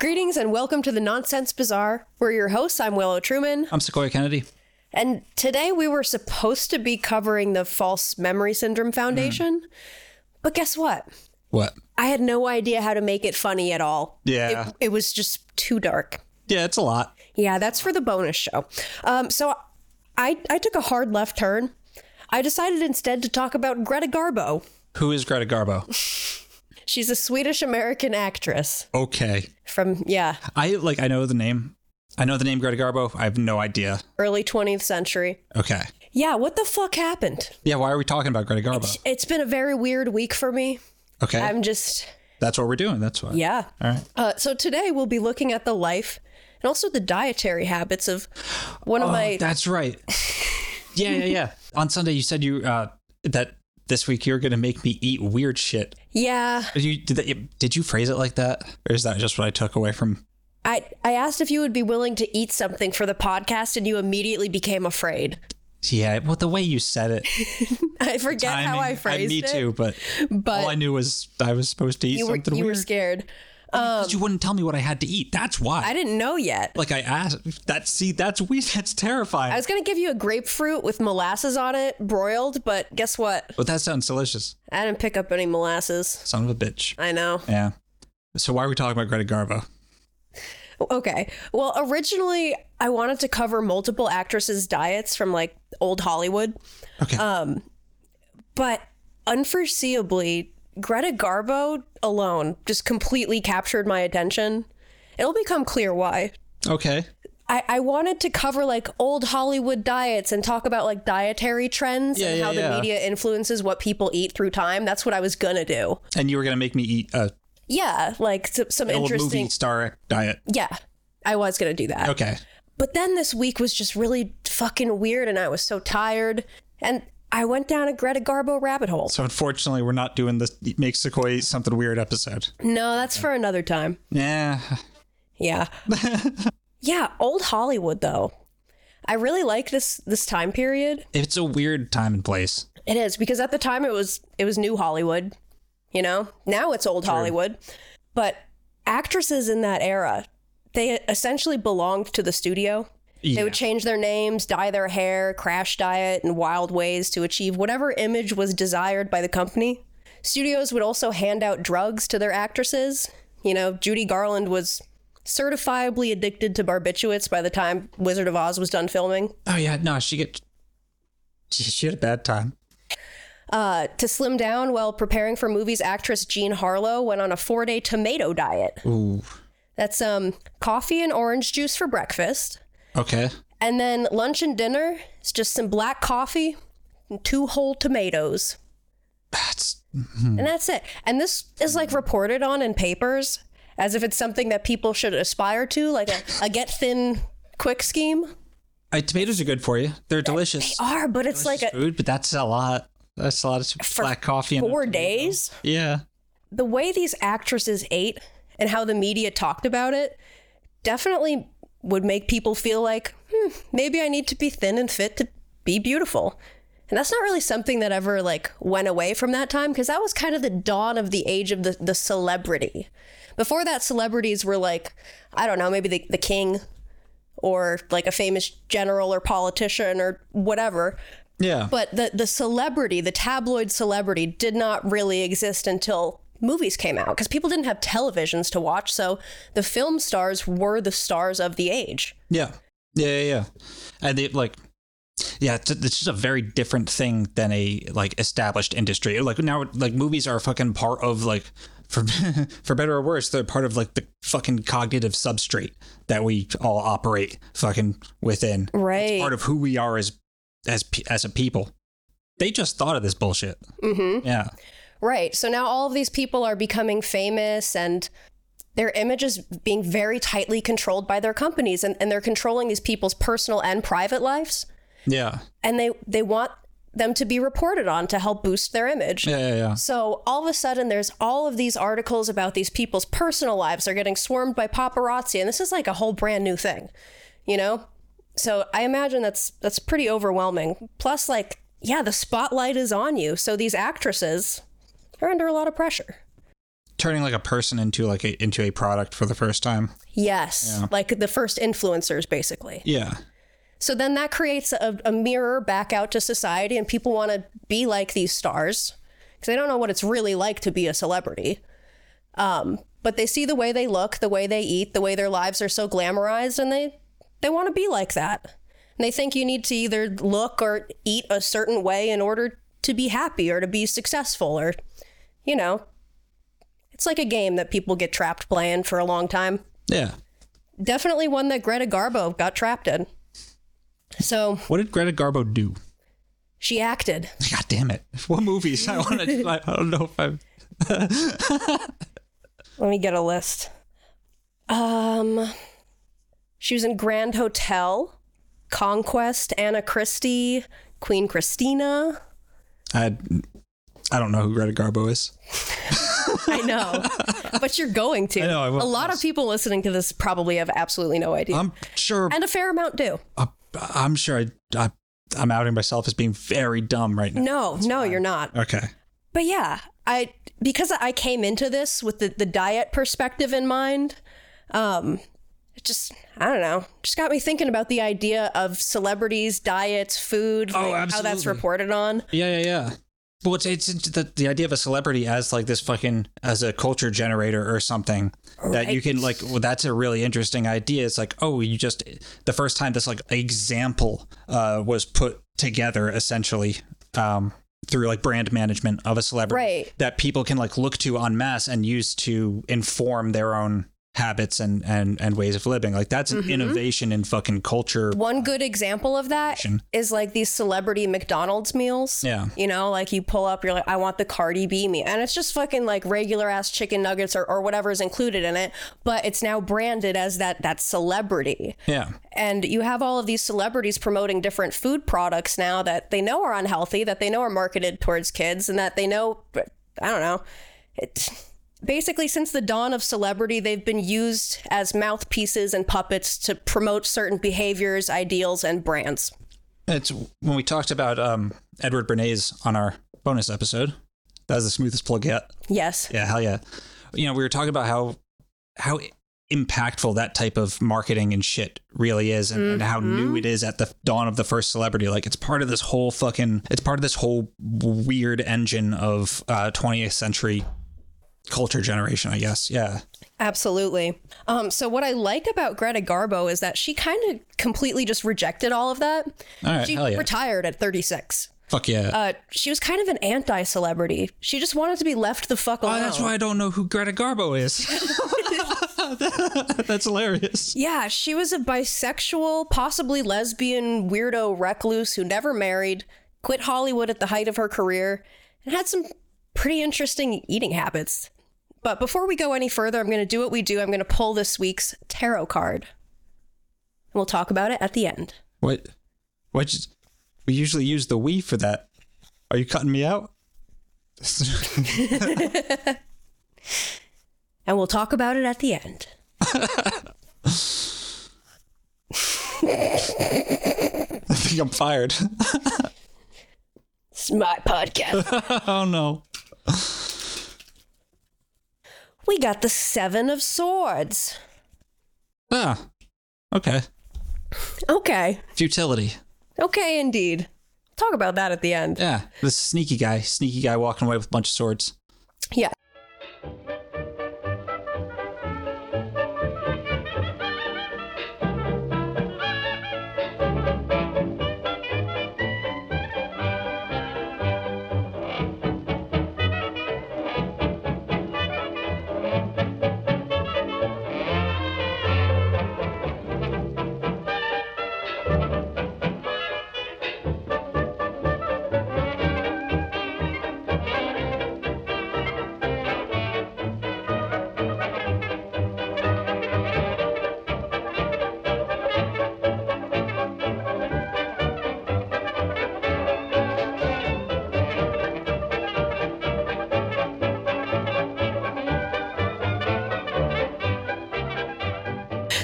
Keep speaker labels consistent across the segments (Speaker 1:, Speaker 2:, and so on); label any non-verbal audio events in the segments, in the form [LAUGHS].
Speaker 1: Greetings and welcome to the Nonsense Bazaar. We're your hosts. I'm Willow Truman.
Speaker 2: I'm Sequoia Kennedy.
Speaker 1: And today we were supposed to be covering the False Memory Syndrome Foundation. But guess what?
Speaker 2: What?
Speaker 1: I had no idea how to make it funny at all.
Speaker 2: Yeah.
Speaker 1: It, it was just too dark.
Speaker 2: Yeah, it's a lot.
Speaker 1: Yeah, that's for the bonus show. Um, so I, I took a hard left turn. I decided instead to talk about Greta Garbo.
Speaker 2: Who is Greta Garbo?
Speaker 1: She's a Swedish American actress
Speaker 2: Okay.
Speaker 1: from, yeah,
Speaker 2: I like I know the name. I know the name Greta Garbo. I have no idea.
Speaker 1: early 20th century.
Speaker 2: Okay.
Speaker 1: Yeah, what the fuck happened?
Speaker 2: Yeah, why are we talking about Greta Garbo?
Speaker 1: It's been a very weird week for me.
Speaker 2: Okay.
Speaker 1: I'm just,
Speaker 2: That's what we're doing. That's why.
Speaker 1: yeah.
Speaker 2: All right.
Speaker 1: Uh, so today we'll be looking at the life and also the dietary habits of one of my.
Speaker 2: Oh, That's right. Yeah,
Speaker 1: [LAUGHS]
Speaker 2: yeah, yeah. On Sunday you said you uh that this week you're going to make me eat weird shit.
Speaker 1: yeah,
Speaker 2: Did you did that, did you phrase it like that? Or is that just what I took away from
Speaker 1: I I asked if you would be willing to eat something for the podcast, and you immediately became afraid. [LAUGHS]
Speaker 2: Yeah, well the way you said it.
Speaker 1: I forget how I phrased
Speaker 2: me
Speaker 1: it.
Speaker 2: too, but,
Speaker 1: But
Speaker 2: all I knew was I was supposed to eat
Speaker 1: you were
Speaker 2: something
Speaker 1: you
Speaker 2: weird.
Speaker 1: were scared.
Speaker 2: Because you wouldn't tell me what I had to eat. That's why.
Speaker 1: Um, I didn't know yet.
Speaker 2: like I asked. That see, that's weird. That's terrifying.
Speaker 1: I was gonna give you a grapefruit with molasses on it, broiled, but guess what?
Speaker 2: but that sounds delicious.
Speaker 1: I didn't pick up any molasses.
Speaker 2: Son of a bitch.
Speaker 1: I know.
Speaker 2: Yeah. So why are we talking about Greta Garbo?
Speaker 1: Okay. Well, originally I wanted to cover multiple actresses' diets from like old Hollywood,
Speaker 2: Okay.
Speaker 1: Um, but unforeseeably, Greta Garbo alone just completely captured my attention. It'll become clear why.
Speaker 2: okay.
Speaker 1: I, I wanted to cover like old Hollywood diets and talk about like dietary trends
Speaker 2: Yeah,
Speaker 1: and
Speaker 2: yeah,
Speaker 1: how the
Speaker 2: yeah.
Speaker 1: media influences what people eat through time. That's what I was gonna do.
Speaker 2: And you were gonna make me eat a
Speaker 1: Yeah, like some, some
Speaker 2: old movie
Speaker 1: interesting.
Speaker 2: star diet.
Speaker 1: Yeah, I was gonna do that.
Speaker 2: Okay.
Speaker 1: But then this week was just really fucking weird and I was so tired. And I went down a Greta Garbo rabbit hole.
Speaker 2: So unfortunately, we're not doing this make Sequoia eat something weird episode.
Speaker 1: No, that's for another time.
Speaker 2: Yeah.
Speaker 1: Yeah. yeah, old Hollywood though. I really like this this time period.
Speaker 2: It's a weird time and place.
Speaker 1: It is because at the time it was it was new Hollywood, you know? Now it's old Hollywood. But actresses in that era, they essentially belonged to the studio.
Speaker 2: Yeah.
Speaker 1: They would change their names, dye their hair, crash diet in wild ways to achieve whatever image was desired by the company. Studios would also hand out drugs to their actresses. You know, Judy Garland was certifiably addicted to barbiturates by the time Wizard of Oz was done filming.
Speaker 2: oh yeah. No, she get. She, she had a bad time.
Speaker 1: Uh, to slim down while preparing for movies, actress Jean Harlow went on a four day tomato diet.
Speaker 2: Ooh.
Speaker 1: That's um, coffee and orange juice for breakfast.
Speaker 2: Okay.
Speaker 1: And then lunch and dinner is just some black coffee and two whole tomatoes.
Speaker 2: That's
Speaker 1: And that's it. And this is like reported on in papers as if it's something that people should aspire to, like a, a get thin quick scheme.
Speaker 2: I, uh, tomatoes are good for you. They're delicious.
Speaker 1: Are, but it's like
Speaker 2: Delicious
Speaker 1: a,
Speaker 2: food, but that's a lot. That's a lot of
Speaker 1: for
Speaker 2: black coffee and
Speaker 1: four days.
Speaker 2: yeah.
Speaker 1: the way these actresses ate and how the media talked about it definitely would make people feel like, hmm, maybe I need to be thin and fit to be beautiful. And that's not really something that ever like went away from that time because that was kind of the dawn of the age of the, the celebrity. Before that, celebrities were like, I don't know, maybe the, the king or like a famous general or politician or whatever.
Speaker 2: Yeah.
Speaker 1: But the the celebrity, the tabloid celebrity, did not really exist until movies came out because people didn't have televisions to watch. So the film stars were the stars of the age.
Speaker 2: yeah. Yeah. Yeah. Yeah. And they like, yeah, it's, it's just a very different thing than a like established industry. Like now, like movies are fucking part of like, for [LAUGHS] for better or worse, they're part of like the fucking cognitive substrate that we all operate fucking within.
Speaker 1: Right.
Speaker 2: Part of who we are as as pe- as a people. They just thought of this bullshit. Mm-hmm. Yeah.
Speaker 1: Right. So now all of these people are becoming famous and their image is being very tightly controlled by their companies and, and they're controlling these people's personal and private lives
Speaker 2: Yeah.
Speaker 1: and they they want them to be reported on to help boost their image
Speaker 2: Yeah, yeah, yeah.
Speaker 1: so all of a sudden there's all of these articles about these people's personal lives they're getting swarmed by paparazzi and this is like a whole brand new thing you know so i imagine that's that's pretty overwhelming plus like yeah the spotlight is on you so these actresses are under a lot of pressure
Speaker 2: Turning like a person into like a into a product for the first time.
Speaker 1: Yes, like the first influencers, basically.
Speaker 2: Yeah.
Speaker 1: So then that creates a, a mirror back out to society, and people want to be like these stars because they don't know what it's really like to be a celebrity. Um, but they see the way they look, the way they eat, the way their lives are so glamorized, and they they want to be like that. And they think you need to either look or eat a certain way in order to be happy or to be successful, or you know, it's like a game that people get trapped playing for a long time
Speaker 2: Yeah.
Speaker 1: definitely one that Greta Garbo got trapped in. So
Speaker 2: What did Greta Garbo do?
Speaker 1: she acted.
Speaker 2: God damn it. [LAUGHS] What movies? I want to. I don't know if I'm.
Speaker 1: Let me get a list. Um, she was in Grand Hotel, Conquest, Anna Christie, Queen Christina.
Speaker 2: I, I don't know who Greta Garbo is.
Speaker 1: I
Speaker 2: [LAUGHS]
Speaker 1: know, but you're going to.
Speaker 2: I know, I will.
Speaker 1: a lot of people listening to this probably have absolutely no idea,
Speaker 2: I'm sure.
Speaker 1: and a fair amount do.
Speaker 2: I, I'm sure I, I, I'm outing myself as being very dumb right
Speaker 1: No,
Speaker 2: now.
Speaker 1: no, you're not.
Speaker 2: Okay.
Speaker 1: But yeah, I because I came into this with the, the diet perspective in mind, um, it just I don't know, just got me thinking about the idea of celebrities, diets, food,
Speaker 2: Oh,
Speaker 1: like, how that's
Speaker 2: absolutely.
Speaker 1: reported on.
Speaker 2: Yeah, yeah, yeah. Well, it's, it's it's the, the idea of a celebrity as like this fucking as a culture generator or something that you can like. Well, that's a really interesting idea. It's like, oh, you just the first time this like example uh, was put together essentially um, through like brand management of a celebrity
Speaker 1: Right.
Speaker 2: that people can like look to en masse and use to inform their own habits and and and ways of living. Like that's an innovation in fucking culture.
Speaker 1: One good example of that is like these celebrity McDonald's meals.
Speaker 2: Yeah.
Speaker 1: You know, like you pull up, you're like, I want the Cardi B meal. And it's just fucking like regular ass chicken nuggets or, or whatever is included in it, but it's now branded as that that celebrity.
Speaker 2: Yeah.
Speaker 1: And you have all of these celebrities promoting different food products now that they know are unhealthy, that they know are marketed towards kids, and that they know, I don't know. It's basically since the dawn of celebrity, they've been used as mouthpieces and puppets to promote certain behaviors, ideals, and brands.
Speaker 2: It's when we talked about um, Edward Bernays on our bonus episode. That was the smoothest plug yet.
Speaker 1: Yes.
Speaker 2: Yeah, hell yeah. You know, we were talking about how how impactful that type of marketing and shit really is, and, and how new it is at the dawn of the first celebrity. Like, it's part of this whole fucking. It's part of this whole weird engine of uh, 20th century culture generation. I guess. Yeah.
Speaker 1: Absolutely. Um, so what I like about Greta Garbo is that she kind of completely just rejected all of that.
Speaker 2: All right.
Speaker 1: She
Speaker 2: hell yeah.
Speaker 1: retired at 36.
Speaker 2: Fuck yeah.
Speaker 1: uh, she was kind of an anti-celebrity. She just wanted to be left the fuck alone.
Speaker 2: Oh, that's why I don't know who Greta Garbo is. [LAUGHS] that's hilarious.
Speaker 1: Yeah, she was a bisexual, possibly lesbian, weirdo recluse who never married, quit Hollywood at the height of her career, and had some pretty interesting eating habits. But before we go any further, I'm going to do what we do. I'm going to pull this week's tarot card. And we'll talk about it at the end.
Speaker 2: What? What? Just, we usually use the we for that. Are you cutting me out? [LAUGHS]
Speaker 1: And we'll talk about it at the end.
Speaker 2: I think I'm fired. [LAUGHS]
Speaker 1: It's my podcast.
Speaker 2: [LAUGHS] oh no.
Speaker 1: we got the Seven of Swords.
Speaker 2: Ah. Okay.
Speaker 1: Okay.
Speaker 2: Futility.
Speaker 1: Okay, indeed. Talk about that at the end.
Speaker 2: Yeah. This sneaky guy. Sneaky guy walking away with a bunch of swords.
Speaker 1: Yeah.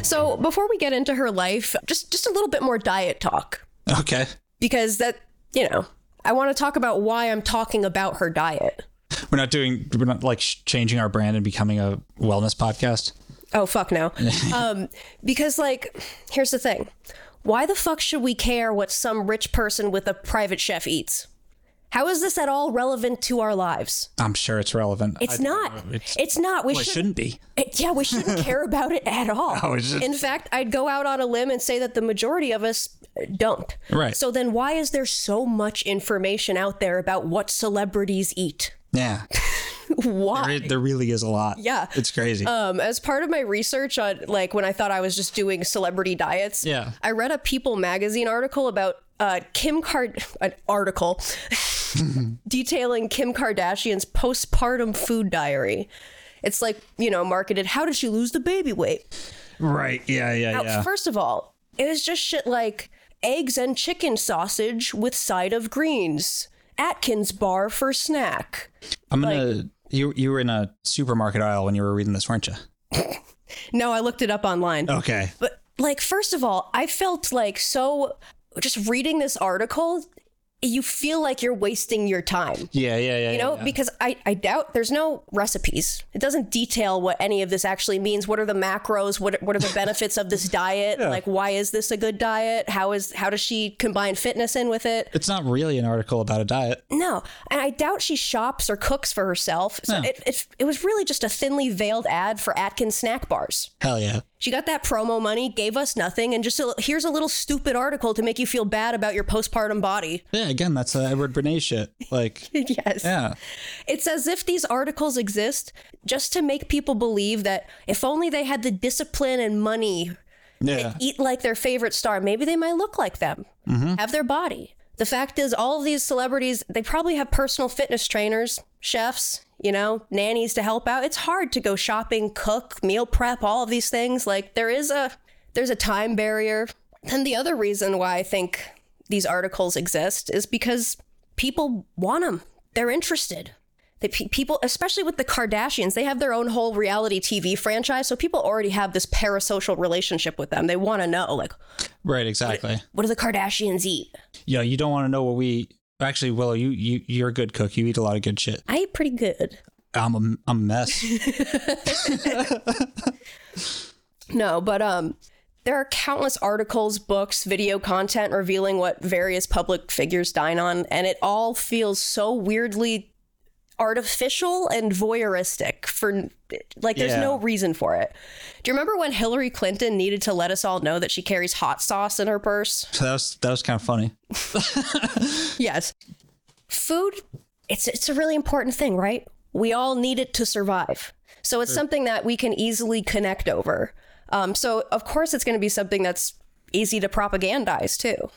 Speaker 1: So before we get into her life, just just a little bit more diet talk
Speaker 2: Okay.
Speaker 1: because that you know I want to talk about why I'm talking about her diet.
Speaker 2: We're not doing, we're not like sh- changing our brand and becoming a wellness podcast.
Speaker 1: Oh fuck no, um, because like here's the thing: why the fuck should we care what some rich person with a private chef eats? How is this at all relevant to our lives?
Speaker 2: I'm sure it's relevant.
Speaker 1: It's
Speaker 2: I-
Speaker 1: not. It's,
Speaker 2: It's-
Speaker 1: not. We
Speaker 2: Well, it
Speaker 1: should-
Speaker 2: shouldn't be.
Speaker 1: It- Eh, yeah, we
Speaker 2: [LAUGHS]
Speaker 1: shouldn't care about it at all.
Speaker 2: No, it's just-
Speaker 1: In fact, I'd go out on a limb and say that the majority of us don't.
Speaker 2: Right.
Speaker 1: So then, why is there so much information out there about what celebrities eat? [LAUGHS]
Speaker 2: Yeah.
Speaker 1: Why?
Speaker 2: There, there really is a lot.
Speaker 1: Yeah.
Speaker 2: It's crazy.
Speaker 1: Um, as part of my research on, like, when I thought I was just doing celebrity diets,
Speaker 2: Yeah.
Speaker 1: I read a People magazine article about uh, Kim Card an
Speaker 2: [LAUGHS]
Speaker 1: article detailing Kim Kardashian's postpartum food diary. It's like you know, marketed. How did she lose the baby weight?
Speaker 2: right. Yeah. Yeah.
Speaker 1: Now,
Speaker 2: yeah.
Speaker 1: Oh, First of all, it was just shit like eggs and chicken sausage with side of greens. Atkins bar for snack.
Speaker 2: I'm gonna. you you were in a supermarket aisle when you were reading this, weren't you?
Speaker 1: No, I looked it up online.
Speaker 2: Okay.
Speaker 1: But like, first of all, I felt like so just reading this article, you feel like you're wasting your time.
Speaker 2: Yeah. Yeah. Yeah.
Speaker 1: You know, because I, I doubt there's no recipes. It doesn't detail what any of this actually means. What are the macros? What what are the benefits of
Speaker 2: [LAUGHS]
Speaker 1: this diet? Like why is this a good diet? How is how does she combine fitness in with it?
Speaker 2: it's not really an article about a diet.
Speaker 1: No, and I doubt she shops or cooks for herself. So it, it it was really just a thinly veiled ad for Atkins snack bars.
Speaker 2: Hell yeah.
Speaker 1: She got that promo money, gave us nothing, and just a, here's a little stupid article to make you feel bad about your postpartum body. [LAUGHS]
Speaker 2: Yeah. Again, that's the Edward Bernays shit. Like.
Speaker 1: yes.
Speaker 2: Yeah.
Speaker 1: It's as if these articles exist just to make people believe that if only they had the discipline and money
Speaker 2: Yeah.
Speaker 1: eat like their favorite star. Maybe they might look like them, have their body. The fact is, all of these celebrities, they probably have personal fitness trainers, chefs, you know, nannies to help out. It's hard to go shopping, cook, meal prep, all of these things. Like there is a there's a time barrier. And the other reason why I think these articles exist is because people want them. They're interested. The pe- people, especially with the Kardashians, they have their own whole reality TV franchise. So people already have this parasocial relationship with them. They want to know, like,
Speaker 2: Right. Exactly.
Speaker 1: what do the Kardashians eat?
Speaker 2: Yeah. You don't want to know what we. Actually, Willow, you you you're a good cook. You eat a lot of good shit.
Speaker 1: I eat pretty good.
Speaker 2: I'm a, I'm
Speaker 1: [LAUGHS]
Speaker 2: a mess.
Speaker 1: No, but um, there are countless articles, books, video content revealing what various public figures dine on, and it all feels so weirdly artificial and voyeuristic for like there's
Speaker 2: Yeah.
Speaker 1: no reason for it. Do you remember when Hillary Clinton needed to let us all know that she carries hot sauce in her purse?
Speaker 2: so that was that was kind of funny.
Speaker 1: Yes. Food, it's it's a really important thing, right? We all need it to survive. So it's something that we can easily connect over. Um, so of course it's going to be something that's easy to propagandize too.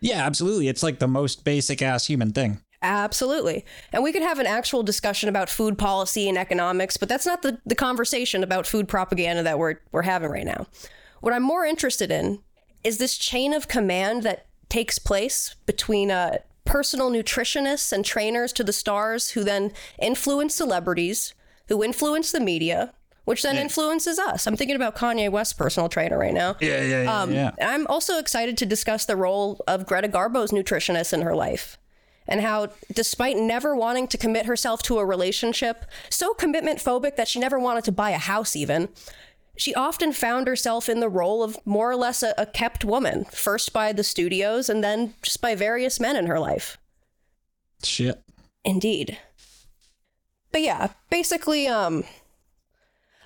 Speaker 2: Yeah, absolutely. It's like the most basic ass human thing.
Speaker 1: Absolutely. And we could have an actual discussion about food policy and economics, but that's not the, the conversation about food propaganda that we're, we're having right now. What I'm more interested in is this chain of command that takes place between uh, personal nutritionists and trainers to the stars who then influence celebrities, who influence the media, which then influences us. I'm thinking about Kanye West's personal trainer right now.
Speaker 2: Yeah, yeah, yeah. yeah.
Speaker 1: And I'm also excited to discuss the role of Greta Garbo's nutritionist in her life and how, despite never wanting to commit herself to a relationship, so commitment phobic that she never wanted to buy a house, even, she often found herself in the role of more or less a, a kept woman, first by the studios and then just by various men in her life.
Speaker 2: Shit.
Speaker 1: Indeed. But yeah, basically, um,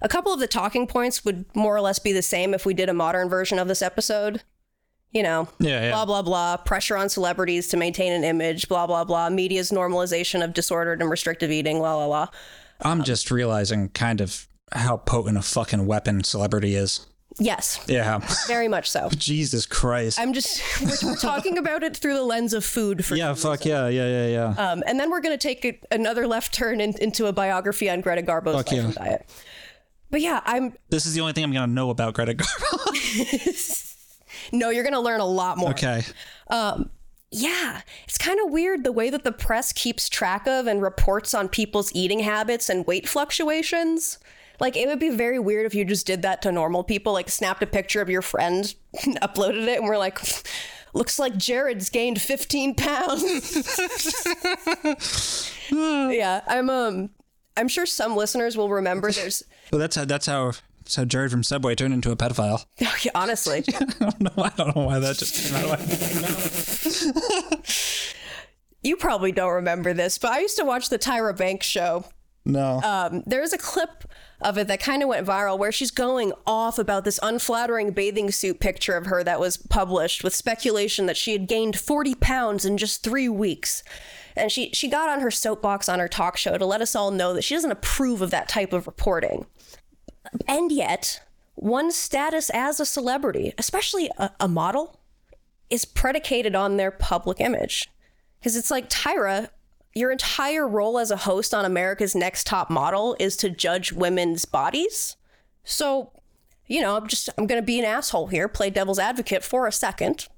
Speaker 1: a couple of the talking points would more or less be the same if we did a modern version of this episode. You know,
Speaker 2: Yeah, yeah.
Speaker 1: blah, blah, blah, pressure on celebrities to maintain an image, blah, blah, blah, media's normalization of disordered and restrictive eating, la, la, la. um,
Speaker 2: I'm just realizing kind of how potent a fucking weapon celebrity is.
Speaker 1: Yes,
Speaker 2: Yeah.
Speaker 1: very much so.
Speaker 2: Jesus Christ.
Speaker 1: I'm just, [LAUGHS] we're, we're talking about it through the lens of food for
Speaker 2: yeah, fuck yeah, yeah, yeah, yeah.
Speaker 1: Um, and then we're going to take a, another left turn in, into a biography on Greta Garbo's life
Speaker 2: Fuck yeah.
Speaker 1: and diet. But yeah, I'm
Speaker 2: this is the only thing I'm going to know about Greta Garbo.
Speaker 1: no, you're going to learn a lot more.
Speaker 2: [LAUGHS] okay.
Speaker 1: Yeah, it's kind of weird the way that the press keeps track of and reports on people's eating habits and weight fluctuations. Like it would be very weird if you just did that to normal people, like snapped a picture of your friend, [LAUGHS] and uploaded it, and we're like, looks like Jared's gained 15 pounds. yeah, I'm um I'm sure some listeners will remember there's [LAUGHS]
Speaker 2: Well, that's how that's how that's how Jared from Subway turned into a pedophile. [LAUGHS]
Speaker 1: honestly.
Speaker 2: I don't know. I don't know why that just came out. Of my-
Speaker 1: You probably don't remember this, but I used to watch the Tyra Banks show
Speaker 2: no.
Speaker 1: there's a clip of it that kind of went viral where she's going off about this unflattering bathing suit picture of her that was published with speculation that she had gained 40 pounds in just three weeks. And she, she got on her soapbox on her talk show to let us all know that she doesn't approve of that type of reporting. And yet, one's status as a celebrity, especially a, a model, is predicated on their public image. Because it's like Tyra, your entire role as a host on America's Next Top Model is to judge women's bodies. So, you know, I'm just, I'm going to be an asshole here, play devil's advocate for a second.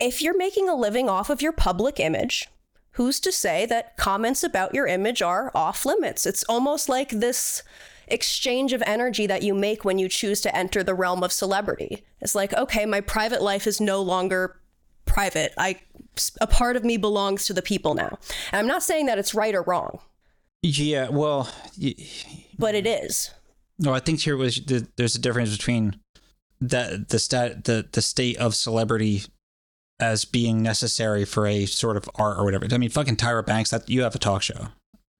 Speaker 1: If you're making a living off of your public image, who's to say that comments about your image are off limits? It's almost like this exchange of energy that you make when you choose to enter the realm of celebrity. It's like, okay, my private life is no longer private. I a part of me belongs to the people now. And I'm not saying that it's right or wrong,
Speaker 2: yeah. Well, y-
Speaker 1: but it is.
Speaker 2: no. I think here was the, there's a difference between that the stat the the state of celebrity as being necessary for a sort of art or whatever. I mean, fucking Tyra Banks. That you have a talk show,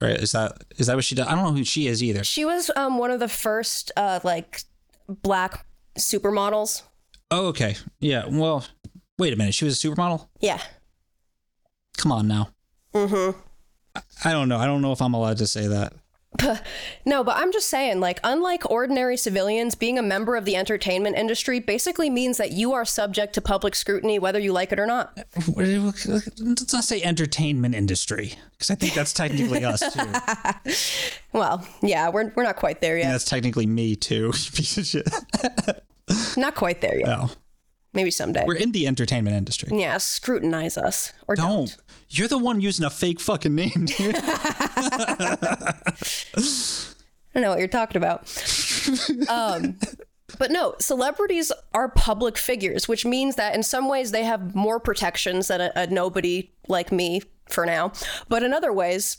Speaker 2: right? Is that is that what she does? I don't know who she is either.
Speaker 1: She was um, one of the first uh, like black supermodels.
Speaker 2: Oh, okay. Yeah. Well, wait a minute. She was a supermodel.
Speaker 1: Yeah.
Speaker 2: Come on now. Mm-hmm. I don't know. I don't know if I'm allowed to say that.
Speaker 1: No, but I'm just saying, like, unlike ordinary civilians, being a member of the entertainment industry basically means that you are subject to public scrutiny, whether you like it or not.
Speaker 2: Let's not say entertainment industry because I think that's technically us too. And
Speaker 1: Well, yeah, we're, we're not quite there yet.
Speaker 2: that's technically me too. [LAUGHS] you Piece of shit.
Speaker 1: Not quite there yet.
Speaker 2: No,
Speaker 1: Maybe someday.
Speaker 2: we're in the entertainment industry.
Speaker 1: yeah, scrutinize us or
Speaker 2: Don't.
Speaker 1: don't.
Speaker 2: You're the one using a fake fucking name. Dude.
Speaker 1: I don't know what you're talking about. um, but no, celebrities are public figures, which means that in some ways they have more protections than a, a nobody like me for now. But in other ways,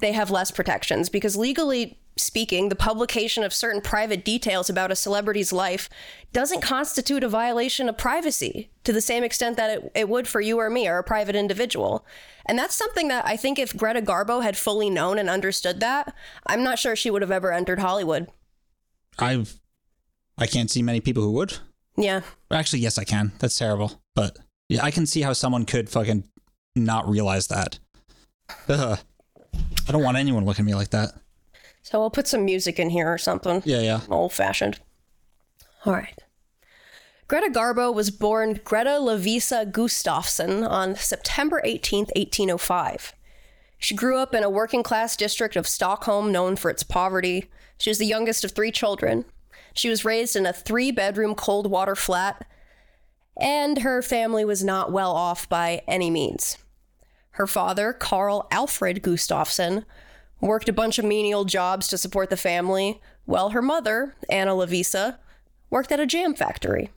Speaker 1: they have less protections because legally speaking, the publication of certain private details about a celebrity's life doesn't constitute a violation of privacy to the same extent that it, it would for you or me or a private individual. And that's something that I think if Greta Garbo had fully known and understood that, I'm not sure she would have ever entered Hollywood.
Speaker 2: I've. I can't see many people who would.
Speaker 1: Yeah.
Speaker 2: Actually, yes, I can. That's terrible, but yeah, I can see how someone could fucking not realize that. Ugh. I don't want anyone looking at me like that.
Speaker 1: So I'll put some music in here or something.
Speaker 2: Yeah, yeah.
Speaker 1: Old fashioned. All right. Greta Garbo was born Greta Lavisa Gustafsson on September 18, 1805. She grew up in a working class district of Stockholm known for its poverty. She was the youngest of three children. She was raised in a three bedroom cold water flat, and her family was not well off by any means. Her father, Carl Alfred Gustafsson, worked a bunch of menial jobs to support the family, while her mother, Anna Lavisa, worked at a jam factory.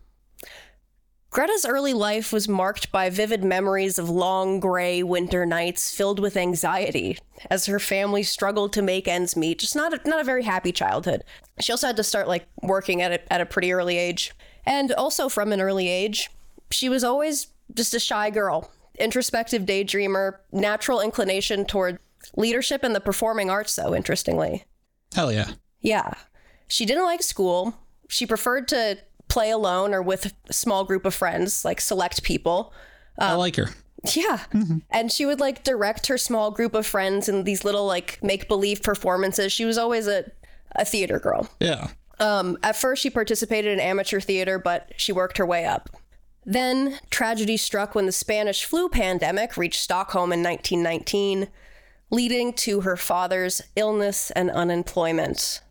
Speaker 1: Greta's early life was marked by vivid memories of long, gray winter nights filled with anxiety as her family struggled to make ends meet. Just not a, not a very happy childhood. She also had to start like working at a, at a pretty early age, and also from an early age, she was always just a shy girl, introspective daydreamer, natural inclination toward leadership and the performing arts. Though interestingly,
Speaker 2: Hell yeah.
Speaker 1: yeah. She didn't like school. She preferred to play alone or with a small group of friends, like select people.
Speaker 2: I like her.
Speaker 1: Yeah. And she would like direct her small group of friends in these little like make believe performances. She was always a, a theater girl.
Speaker 2: Yeah.
Speaker 1: Um, at first, she participated in amateur theater, but she worked her way up. Then, tragedy struck when the Spanish flu pandemic reached Stockholm in 1919, leading to her father's illness and unemployment.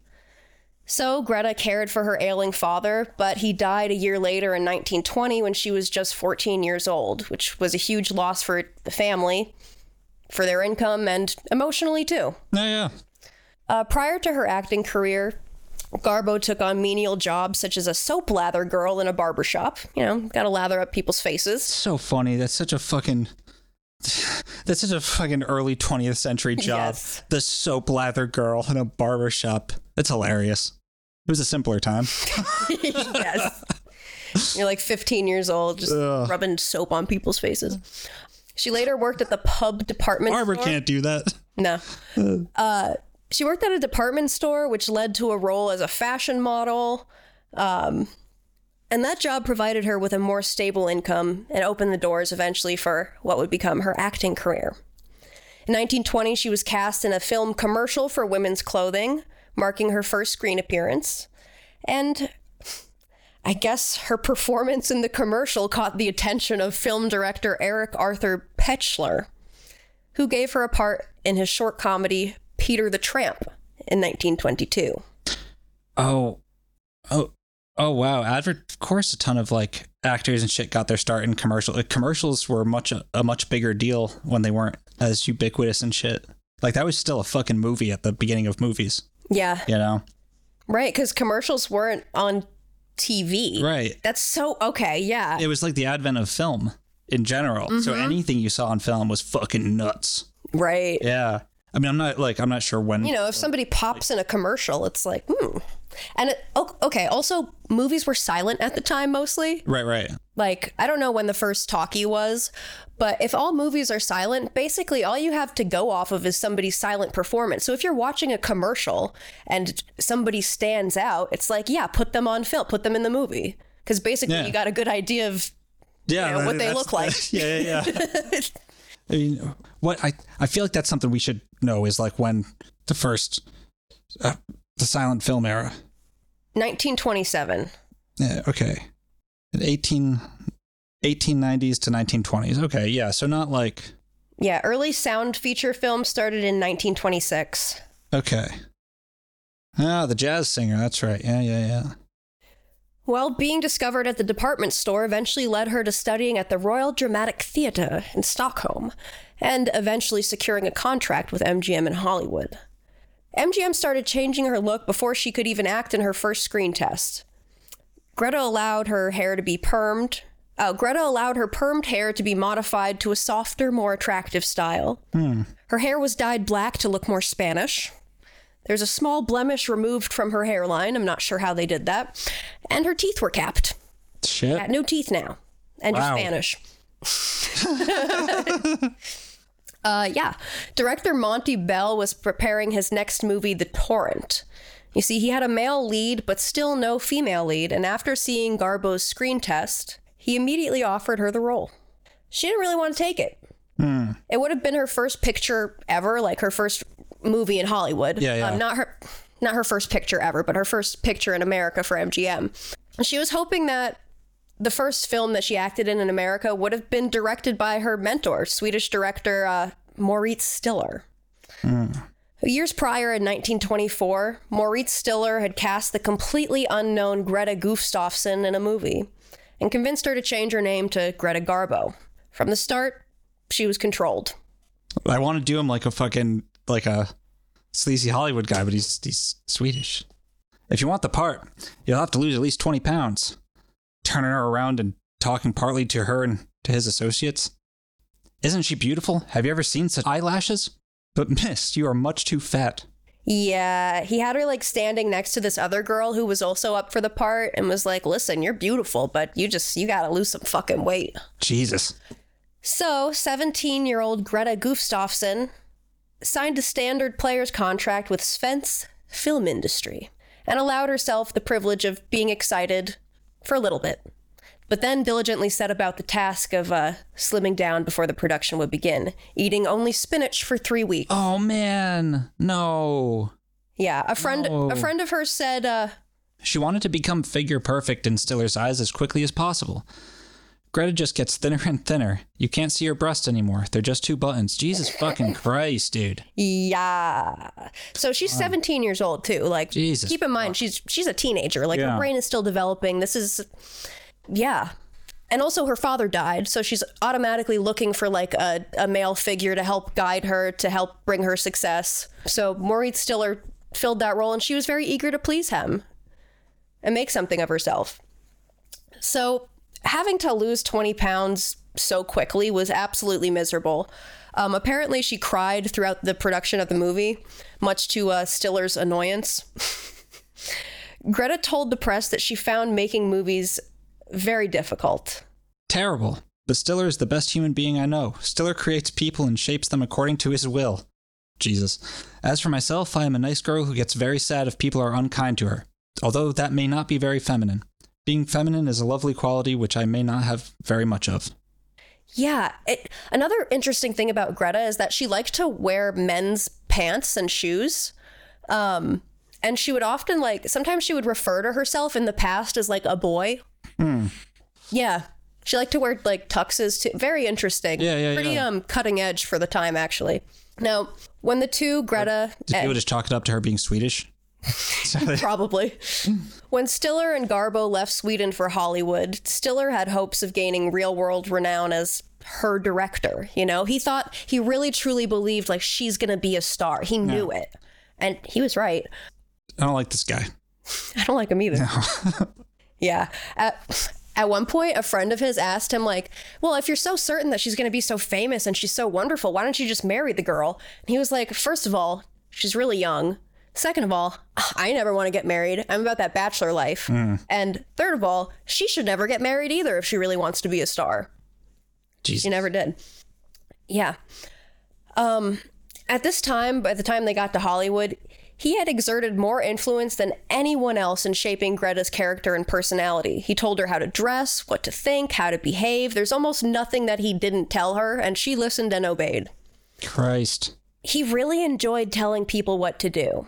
Speaker 1: So, Greta cared for her ailing father, but he died a year later in 1920 when she was just 14 years old, which was a huge loss for the family, for their income, and emotionally too.
Speaker 2: Yeah, yeah.
Speaker 1: Uh, prior to her acting career, Garbo took on menial jobs such as a soap lather girl in a barber shop. You know, got to lather up people's faces. [LAUGHS]
Speaker 2: So funny. That's such a fucking. [SIGHS] That's such a fucking early 20th century job.
Speaker 1: Yes.
Speaker 2: The soap lather girl in a barber shop. That's hilarious. It was a simpler time.
Speaker 1: yes. You're like 15 years old, just
Speaker 2: Ugh.
Speaker 1: rubbing soap on people's faces. She later worked at the pub department
Speaker 2: Barber
Speaker 1: store.
Speaker 2: can't do that.
Speaker 1: No. Uh, she worked at a department store, which led to a role as a fashion model. Um, and that job provided her with a more stable income and opened the doors eventually for what would become her acting career. In 1920, she was cast in a film commercial for women's clothing, marking her first screen appearance. And I guess her performance in the commercial caught the attention of film director Eric Arthur Petschler who gave her a part in his short comedy Peter the Tramp in 1922.
Speaker 2: Oh, oh, oh! Wow. Advert. Of course, a ton of like actors and shit got their start in commercial. Like, commercials were much a, a much bigger deal when they weren't as ubiquitous and shit. Like that was still a fucking movie at the beginning of movies.
Speaker 1: Yeah,
Speaker 2: You know.
Speaker 1: right, because commercials weren't on TV.
Speaker 2: Right.
Speaker 1: That's so okay. Yeah,
Speaker 2: It was like the advent of film in general. So
Speaker 1: Mm-hmm.
Speaker 2: anything you saw in film was fucking nuts.
Speaker 1: right.
Speaker 2: Yeah. I mean, I'm not like I'm not sure when.
Speaker 1: You know, if somebody pops in a commercial, it's like, hmm. And it, o- okay, also movies were silent at the time mostly.
Speaker 2: Right. Right.
Speaker 1: Like, I don't know when the first talkie was, but if all movies are silent, basically all you have to go off of is somebody's silent performance. So if you're watching a commercial and somebody stands out, it's like, yeah, put them on film, put them in the movie. Because basically
Speaker 2: Yeah.
Speaker 1: you got a good idea of [LAUGHS]
Speaker 2: Yeah.
Speaker 1: know,
Speaker 2: that-
Speaker 1: what they
Speaker 2: that's
Speaker 1: look
Speaker 2: the-
Speaker 1: like.
Speaker 2: [LAUGHS] yeah. Yeah. Yeah. I mean, what I I feel like that's something we should know is like when the first uh, the silent film era.
Speaker 1: 1927.
Speaker 2: Yeah, okay. 18 1890s to 1920s. Okay, yeah. So not like
Speaker 1: Yeah, early sound feature films started in 1926.
Speaker 2: okay. Ah, the jazz singer. That's right. Yeah, yeah, yeah.
Speaker 1: Well, being discovered at the department store eventually led her to studying at the Royal Dramatic Theatre in Stockholm, and eventually securing a contract with MGM in Hollywood. MGM started changing her look before she could even act in her first screen test. Greta allowed her hair to be permed. Oh, Greta allowed her permed hair to be modified to a softer, more attractive style. Her hair was dyed black to look more Spanish. There's a small blemish removed from her hairline. I'm not sure how they did that. And her teeth were capped.
Speaker 2: Shit.
Speaker 1: Got new teeth now. And
Speaker 2: Wow.
Speaker 1: you're Spanish. uh, yeah. Director Monty Bell was preparing his next movie, The Torrent. You see, he had a male lead, but still no female lead. And after seeing Garbo's screen test, he immediately offered her the role. She didn't really want to take it. It would have been her first picture ever, like her first movie in Hollywood.
Speaker 2: Yeah, yeah.
Speaker 1: Um, not her, not her first picture ever, but her first picture in America for MGM. She was hoping that the first film that she acted in in America would have been directed by her mentor, Swedish director uh, Moritz Stiller. Years prior, in 1924, Moritz Stiller had cast the completely unknown Greta Gustafsson in a movie and convinced her to change her name to Greta Garbo. From the start, she was controlled.
Speaker 2: I want to do him like a fucking like a sleazy Hollywood guy, but he's he's Swedish. If you want the part, you'll have to lose at least twenty pounds. Turning her around and talking partly to her and to his associates. Isn't she beautiful? Have you ever seen such eyelashes? But miss, you are much too fat.
Speaker 1: Yeah, he had her like standing next to this other girl who was also up for the part and was like, Listen, you're beautiful, but you just, you gotta lose some fucking weight.
Speaker 2: Jesus.
Speaker 1: So, 17 year old Greta Gustafsson signed a standard player's contract with Svensk Film Industry and allowed herself the privilege of being excited for a little bit, but then diligently set about the task of uh, slimming down before the production would begin, eating only spinach for three weeks.
Speaker 2: Oh man, no.
Speaker 1: yeah, a friend,
Speaker 2: no.
Speaker 1: a friend of hers said, uh,
Speaker 2: She wanted to become figure perfect in Stiller's eyes as quickly as possible. Greta just gets thinner and thinner. You can't see her breasts anymore. They're just two buttons. Jesus fucking Christ, dude.
Speaker 1: Yeah. So she's 17 years old too. Like
Speaker 2: Jesus
Speaker 1: keep in mind she's she's a teenager. Like
Speaker 2: Yeah.
Speaker 1: her brain is still developing. This is yeah. And also her father died, so she's automatically looking for like a, a male figure to help guide her, to help bring her success. So Maureen Stiller filled that role and she was very eager to please him and make something of herself. So, having to lose 20 pounds so quickly was absolutely miserable. Um, apparently, she cried throughout the production of the movie, much to uh, Stiller's annoyance. [LAUGHS] Greta told the press that she found making movies very difficult.
Speaker 2: Terrible. But Stiller is the best human being I know. Stiller creates people and shapes them according to his will. Jesus. As for myself, I am a nice girl who gets very sad if people are unkind to her, although that may not be very feminine. Being feminine is a lovely quality which I may not have very much of.
Speaker 1: Yeah. It, another interesting thing about Greta is that she liked to wear men's pants and shoes. Um, and she would often, like, sometimes she would refer to herself in the past as, like, a boy.
Speaker 2: Hmm.
Speaker 1: Yeah. She liked to wear, like, tuxes too. Very interesting.
Speaker 2: Yeah, yeah,
Speaker 1: Pretty
Speaker 2: yeah.
Speaker 1: um cutting edge for the time, actually. Now, when the two Greta.
Speaker 2: Did
Speaker 1: and-
Speaker 2: people just chalk it up to her being Swedish? So they-
Speaker 1: Probably. when Stiller and Garbo left Sweden for Hollywood, Stiller had hopes of gaining real world renown as her director. You know, he thought he really truly believed like she's going to be a star. He knew it. And he was right.
Speaker 2: I don't like this guy.
Speaker 1: [LAUGHS] I don't like him either. [LAUGHS] yeah. At, at one point, a friend of his asked him, like, well, if you're so certain that she's going to be so famous and she's so wonderful, why don't you just marry the girl? And he was like, first of all, she's really young. Second of all, I never want to get married. I'm about that bachelor life. And third of all, she should never get married either if she really wants to be a star.
Speaker 2: Jesus.
Speaker 1: She never did. Yeah. Um, at this time, by the time they got to Hollywood, he had exerted more influence than anyone else in shaping Greta's character and personality. He told her how to dress, what to think, how to behave. There's almost nothing that he didn't tell her, and she listened and obeyed.
Speaker 2: Christ.
Speaker 1: He really enjoyed telling people what to do.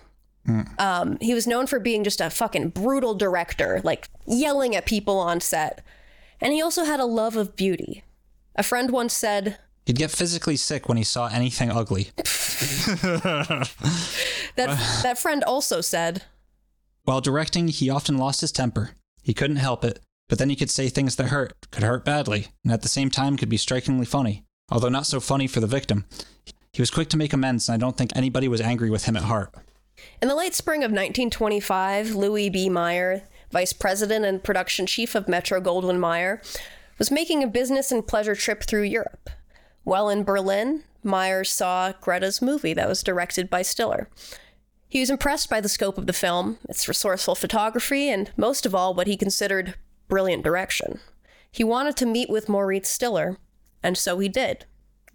Speaker 1: Um, he was known for being just a fucking brutal director, like yelling at people on set. And he also had a love of beauty. A friend once said,
Speaker 2: He'd get physically sick when he saw anything ugly.
Speaker 1: That that friend also said,
Speaker 2: While directing, he often lost his temper. He couldn't help it, but then he could say things that hurt, could hurt badly, and at the same time could be strikingly funny, although not so funny for the victim. He was quick to make amends, and I don't think anybody was angry with him at heart.
Speaker 1: in the late spring of 1925, Louis B. Meyer, vice president and production chief of Metro Goldwyn Mayer, was making a business and pleasure trip through Europe. While in Berlin, Meyer saw Greta's movie that was directed by Stiller. He was impressed by the scope of the film, its resourceful photography, and most of all, what he considered brilliant direction. He wanted to meet with Maurice Stiller, and so he did.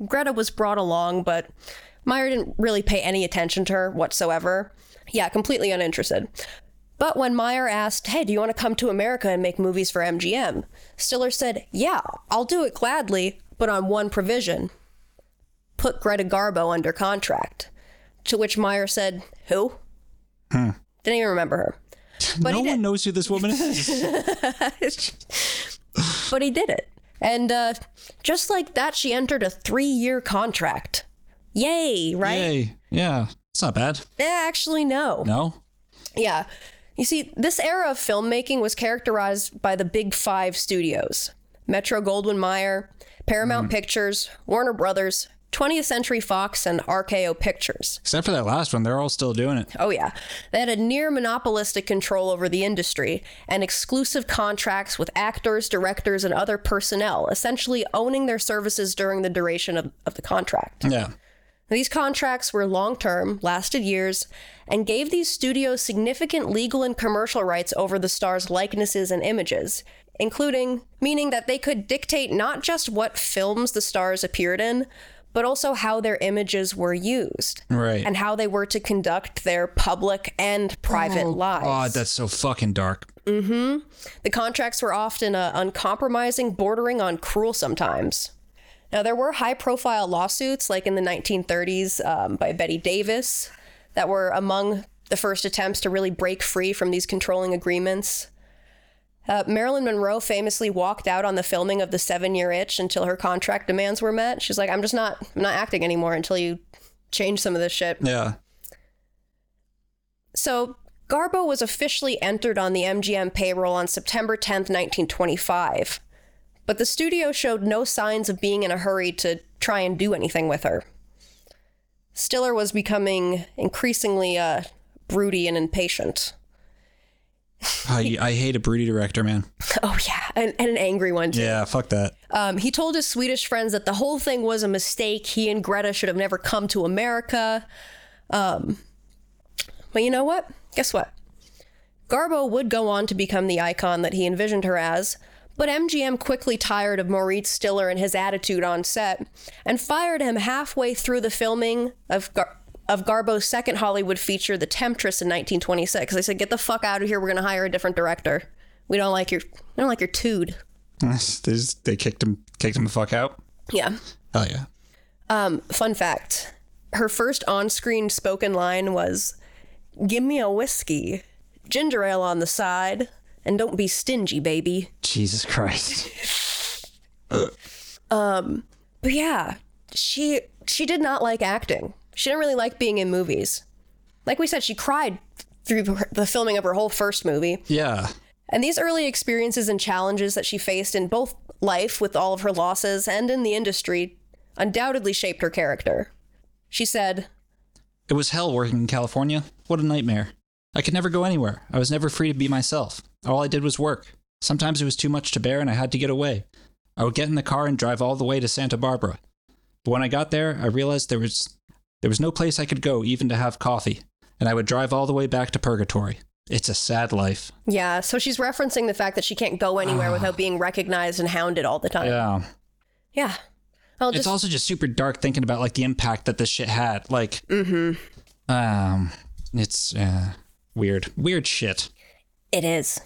Speaker 1: Greta was brought along, but Meyer didn't really pay any attention to her whatsoever. Yeah, completely uninterested. But when Meyer asked, Hey, do you want to come to America and make movies for MGM? Stiller said, Yeah, I'll do it gladly, but on one provision put Greta Garbo under contract. To which Meyer said, Who? Didn't even remember her. But he
Speaker 2: no one
Speaker 1: did.
Speaker 2: knows who
Speaker 1: [LAUGHS]
Speaker 2: this woman is.
Speaker 1: but he did it. And uh, just like that, she entered a three year contract. Yay, right?
Speaker 2: Yay. Yeah. It's not bad.
Speaker 1: Eh, Actually, no.
Speaker 2: No?
Speaker 1: Yeah. You see, this era of filmmaking was characterized by the big five studios Metro Goldwyn Mayer, Paramount Pictures, Warner Brothers, 20th Century Fox, and RKO Pictures.
Speaker 2: Except for that last one, they're all still doing it.
Speaker 1: Oh, yeah. They had a near monopolistic control over the industry and exclusive contracts with actors, directors, and other personnel, essentially owning their services during the duration of, of the contract.
Speaker 2: Yeah.
Speaker 1: These contracts were long term, lasted years, and gave these studios significant legal and commercial rights over the stars' likenesses and images, including meaning that they could dictate not just what films the stars appeared in, but also how their images were used
Speaker 2: Right.
Speaker 1: and how they were to conduct their public and private lives.
Speaker 2: Oh, God, that's so fucking dark.
Speaker 1: The contracts were often uh, uncompromising, bordering on cruel sometimes. Now, there were high profile lawsuits, like in the 1930s um, by Betty Davis, that were among the first attempts to really break free from these controlling agreements. Uh, Marilyn Monroe famously walked out on the filming of The Seven Year Itch until her contract demands were met. She's like, I'm just not, I'm not acting anymore until you change some of this shit.
Speaker 2: Yeah.
Speaker 1: So Garbo was officially entered on the MGM payroll on September 10th, 1925. But the studio showed no signs of being in a hurry to try and do anything with her. Stiller was becoming increasingly uh, broody and impatient.
Speaker 2: I, I hate a broody director,
Speaker 1: [LAUGHS]
Speaker 2: man.
Speaker 1: Oh yeah, and, and an angry one too.
Speaker 2: Yeah, fuck that.
Speaker 1: Um, he told his Swedish friends that the whole thing was a mistake. He and Greta should have never come to America. Um, but you know what? Guess what? Garbo would go on to become the icon that he envisioned her as, but MGM quickly tired of Maurice Stiller and his attitude on set and fired him halfway through the filming of Gar- of Garbo's second Hollywood feature, The Temptress, in 1926. They said, "Get the fuck out of here. We're going to hire a different director. We don't like your we don't like your tood."
Speaker 2: [LAUGHS] they, just, they kicked him kicked him the fuck out.
Speaker 1: Yeah.
Speaker 2: Hell Oh, yeah.
Speaker 1: Um, fun fact her first on screen spoken line was, Give me a whiskey, ginger ale on the side, and don't be stingy, baby.
Speaker 2: Jesus Christ.
Speaker 1: But yeah, she she did not like acting. She didn't really like being in movies. Like we said, she cried through her- the filming of her whole first movie.
Speaker 2: [LAUGHS] Yeah.
Speaker 1: And these early experiences and challenges that she faced in both life with all of her losses and in the industry undoubtedly shaped her character. She said,
Speaker 2: It was hell working in California. What a nightmare. I could never go anywhere. I was never free to be myself. All I did was work. Sometimes it was too much to bear and I had to get away. I would get in the car and drive all the way to Santa Barbara. But when I got there, I realized there was there was no place I could go even to have coffee, and I would drive all the way back to purgatory. It's a sad life.
Speaker 1: Yeah, so she's referencing the fact that she can't go anywhere without being recognized and hounded all the time.
Speaker 2: Ah. Yeah.
Speaker 1: Yeah. I'll
Speaker 2: it's
Speaker 1: just
Speaker 2: also just super dark thinking about like the impact that this shit had. Like,
Speaker 1: Mm-hmm.
Speaker 2: um, it's uh, weird, weird shit.
Speaker 1: it is.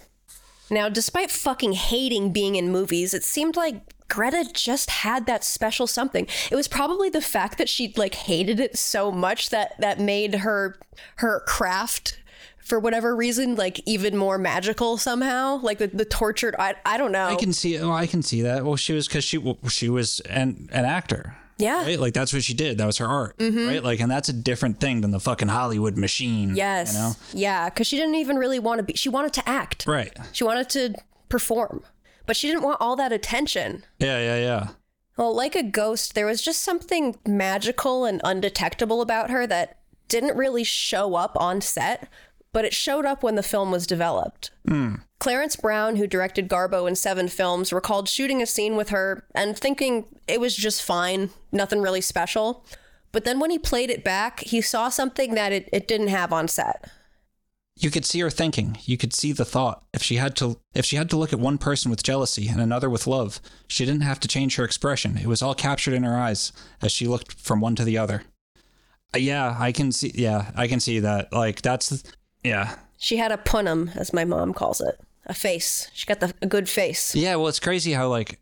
Speaker 1: Now, despite fucking hating being in movies, it seemed like Greta just had that special something. It was probably the fact that she like hated it so much that that made her her craft for whatever reason like even more magical somehow. Like the, the tortured I I don't know.
Speaker 2: I can see. Oh, I can see that. Well, she was because she well, she was an an actor.
Speaker 1: yeah. Mm-hmm.
Speaker 2: Right, like that's what she did. That was her art, right? Like, and that's a different thing than the fucking Hollywood machine.
Speaker 1: Yes.
Speaker 2: you know,
Speaker 1: Yeah, cuz she didn't even really want to be she wanted to act.
Speaker 2: right?
Speaker 1: She wanted to perform, but she didn't want all that attention.
Speaker 2: Yeah, yeah, yeah.
Speaker 1: Well, like a ghost, there was just something magical and undetectable about her that didn't really show up on set, but it showed up when the film was developed. Clarence Brown, who directed Garbo in seven films, recalled shooting a scene with her and thinking it was just fine, nothing really special. But then when he played it back, he saw something that it, it didn't have on set.
Speaker 2: You could see her thinking. You could see the thought. If she had to, if she had to look at one person with jealousy and another with love, she didn't have to change her expression. It was all captured in her eyes as she looked from one to the other. Uh, yeah, I can see. Yeah, I can see that. Like that's, yeah,
Speaker 1: She had a punum, as my mom calls it, a face. She got the, a good face.
Speaker 2: yeah. Well, it's crazy how like